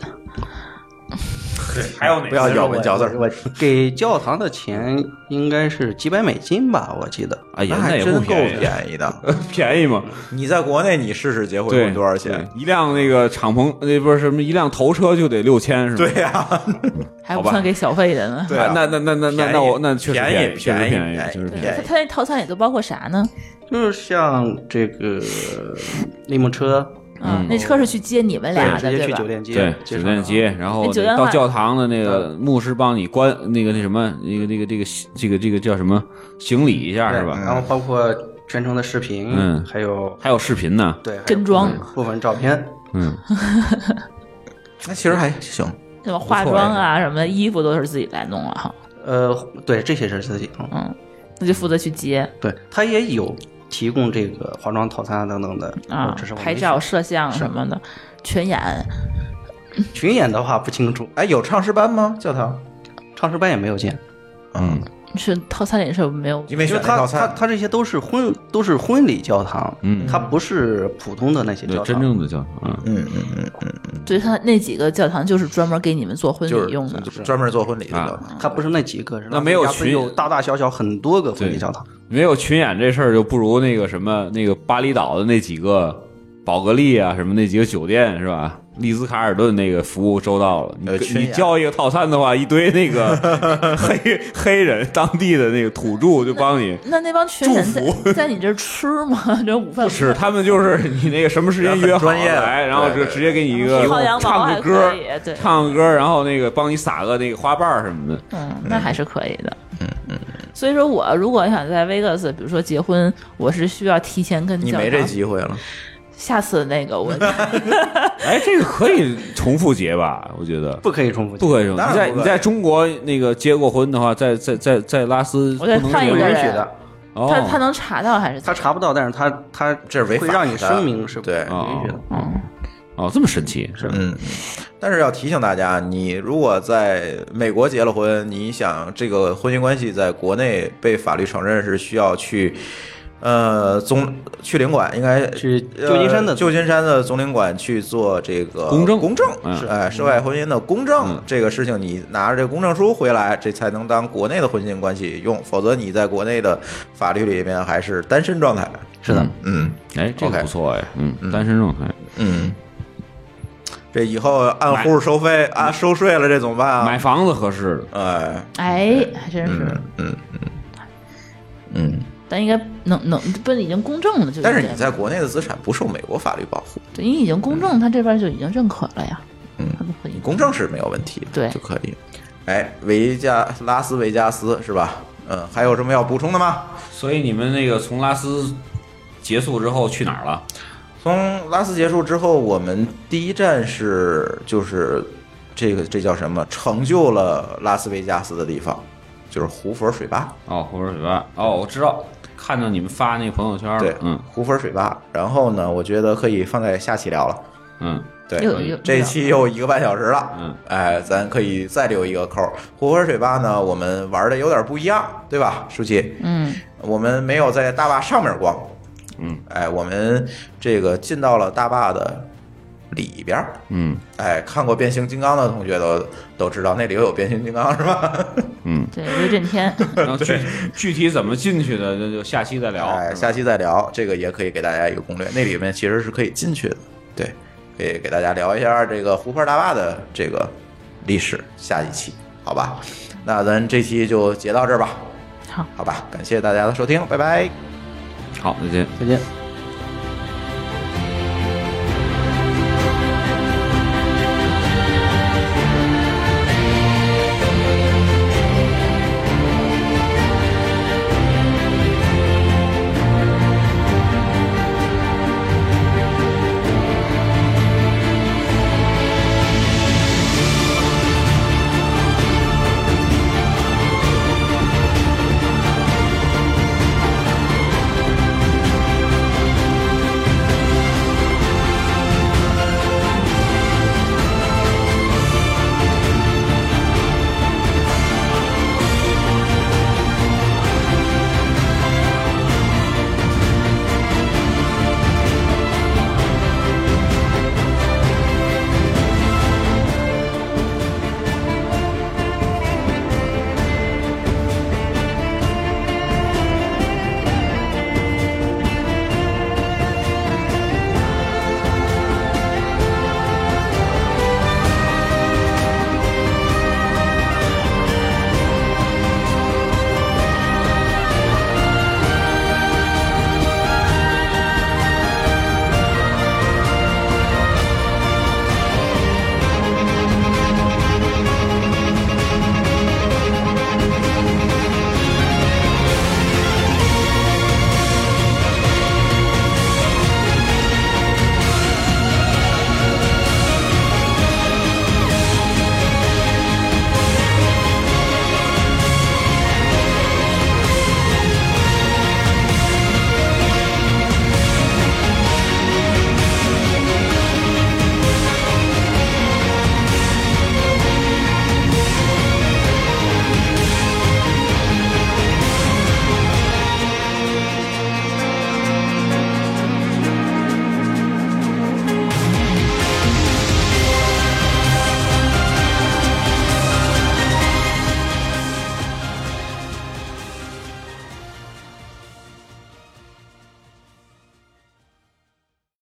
还有哪
不要咬文嚼字儿，
我给教堂的钱应该是几百美金吧，我记得。
哎呀，
那
那
还
也
真
不
够
便宜，
便宜的。
(laughs)
(laughs)
便宜吗？
你在国内你试试结婚多少钱？
对一辆那个敞篷，那不是什么，一辆头车就得六千是吧？
对呀，
还不算给小费的呢。
对
啊
啊，
那那那那那
便宜
那我那确实
便
便
宜
宜，确实
便宜
便
便宜
确实便宜
便宜
他他那套餐也都包括啥呢？
就是像这
(laughs)
个立木车，
嗯，那车是去接你们俩的，
直接
对
去
吧
酒？店接，
对，
接
酒
上
店街，然后
那哎酒店
到
话
教堂的那个
嗯
牧师帮你关那个那什么，那个那个这个这个这个叫什么行礼一下
啊对
是吧？
然后包括全程的视频，
嗯
还有
还有视频呢，
对还有
跟妆
部分部分照片，
嗯，
那其实还行。
什么化妆啊，什么的衣服都是自己来弄了哈。
呃，对，这些是自己，嗯
嗯，那就负责去接
对，他也有提供这个化妆套餐啊等等的
啊
只是，我没
拍照、摄像什么的，全演。
选群演的话不清楚，
哎，有唱诗班吗？教堂？
唱诗班也没有见，
嗯，
是套餐里是没有
因为
因为
选那
他
套
他
餐，
他这些都是婚都是婚礼教堂，
嗯
他不是普通的那些
对
教，堂，
真正的教堂，嗯，
嗯嗯嗯，
对他那几个教堂就是专门给你们做婚
就
礼
是
用的，
就专门做婚礼的
啊
教堂。
他不是那几个，是吧
那没有
拉斯维加斯
群
有大大小小很多个婚
对
礼教堂，
没有群演这事儿就不如那个什么那个巴厘岛的那几个宝格丽啊什么那几个酒店是吧？丽兹卡尔顿那个服务周到了，你
呃
跟
群
你
演
交一个套餐的话，一堆那个
(laughs)
黑黑人当地的那个土著就帮你。
那那帮群人在
祝
在你这儿吃吗？ (laughs) 这午饭
不吃，他们就是你那个什么时间约好
专业的
来，然后就
对
直接给你一个
吃烤羊毛
唱
还
个歌
可，以，对，
唱个歌，然后那个帮你撒个那个花瓣儿什么的。
嗯，那还是可以的。嗯嗯。所以说我如果想在 Vegas，比如说结婚，我是需要提前跟
你
教
没这
堂
机会了，
下次那个我
哎，这个可以重复结吧？我觉得
不可以重复，
不可以重复。
当
你在
然不可以
你在中国那个结过婚的话，在在在在拉斯
我再
不能
换一
结
个
婚
允
人
许的。
哦，
他他能查到还是
他查不到，但是他他
这是违法
会
的。
让你声明是不
对，
哦
允许的。
嗯
哦这么神奇是吧？
嗯，但是要提醒大家，你如果在美国结了婚，你想这个婚姻关系在国内被法律承认，是需要去呃，总去领馆应该
去
呃
旧金山的
旧金山的总领馆去做这个
公证
公证
嗯
是哎，涉外婚姻的公证
嗯
这个事情，你拿着这公证书回来，这才能当国内的婚姻关系用，否则你在国内的法律里面还是单身状态。
是的
嗯
哎，这个
OK
不错哎，嗯，单身状态，
嗯，这以后按户收费啊，收税了，这怎么办
买
啊？
房子合适的，
哎，
哎，还真是，
嗯，
但应该能能不是已经公证了，就
但是
有
你
点
在国内的资产不受美国法律保护，
对，因为已经公证，他这边就已经认可了呀，
嗯
他不可以
你公证是没有问题的，
对
就可以。哎，维加拉斯维加斯是吧？嗯，还有什么要补充的吗？
所以你们那个从拉斯结束之后去哪儿了？
从拉斯结束之后，我们第一站是就是这个这叫什么？成就了拉斯维加斯的地方，就是胡佛水坝。
哦，湖水水吧，哦，我知道，看到你们发那个朋友圈
对
了，，嗯，
胡佛水坝。然后呢，我觉得可以放在下期聊了。 (laughs)
嗯，
对，
又又
这期又一个半小时了，
嗯，
哎，咱可以再留一个扣儿。胡河水坝呢，我们玩的有点不一样，对吧，书记？
嗯，
我们没有在大坝上面逛，
嗯，
哎，我们这个进到了大坝的里边儿，
嗯
哎，看过变形金刚的同学都都知道那里头有变形金刚是吧？
嗯，
对威震天，
然后具具体怎么进去的，那就下期再聊。
哎，下期再聊，这个也可以给大家一个攻略，那里面其实是可以进去的，对，可以给大家聊一下这个湖泊大坝的这个历史，下一期，好吧？那咱这期就截到这儿吧，
好，
好吧，感谢大家的收听，拜拜。
好，再见。
再见。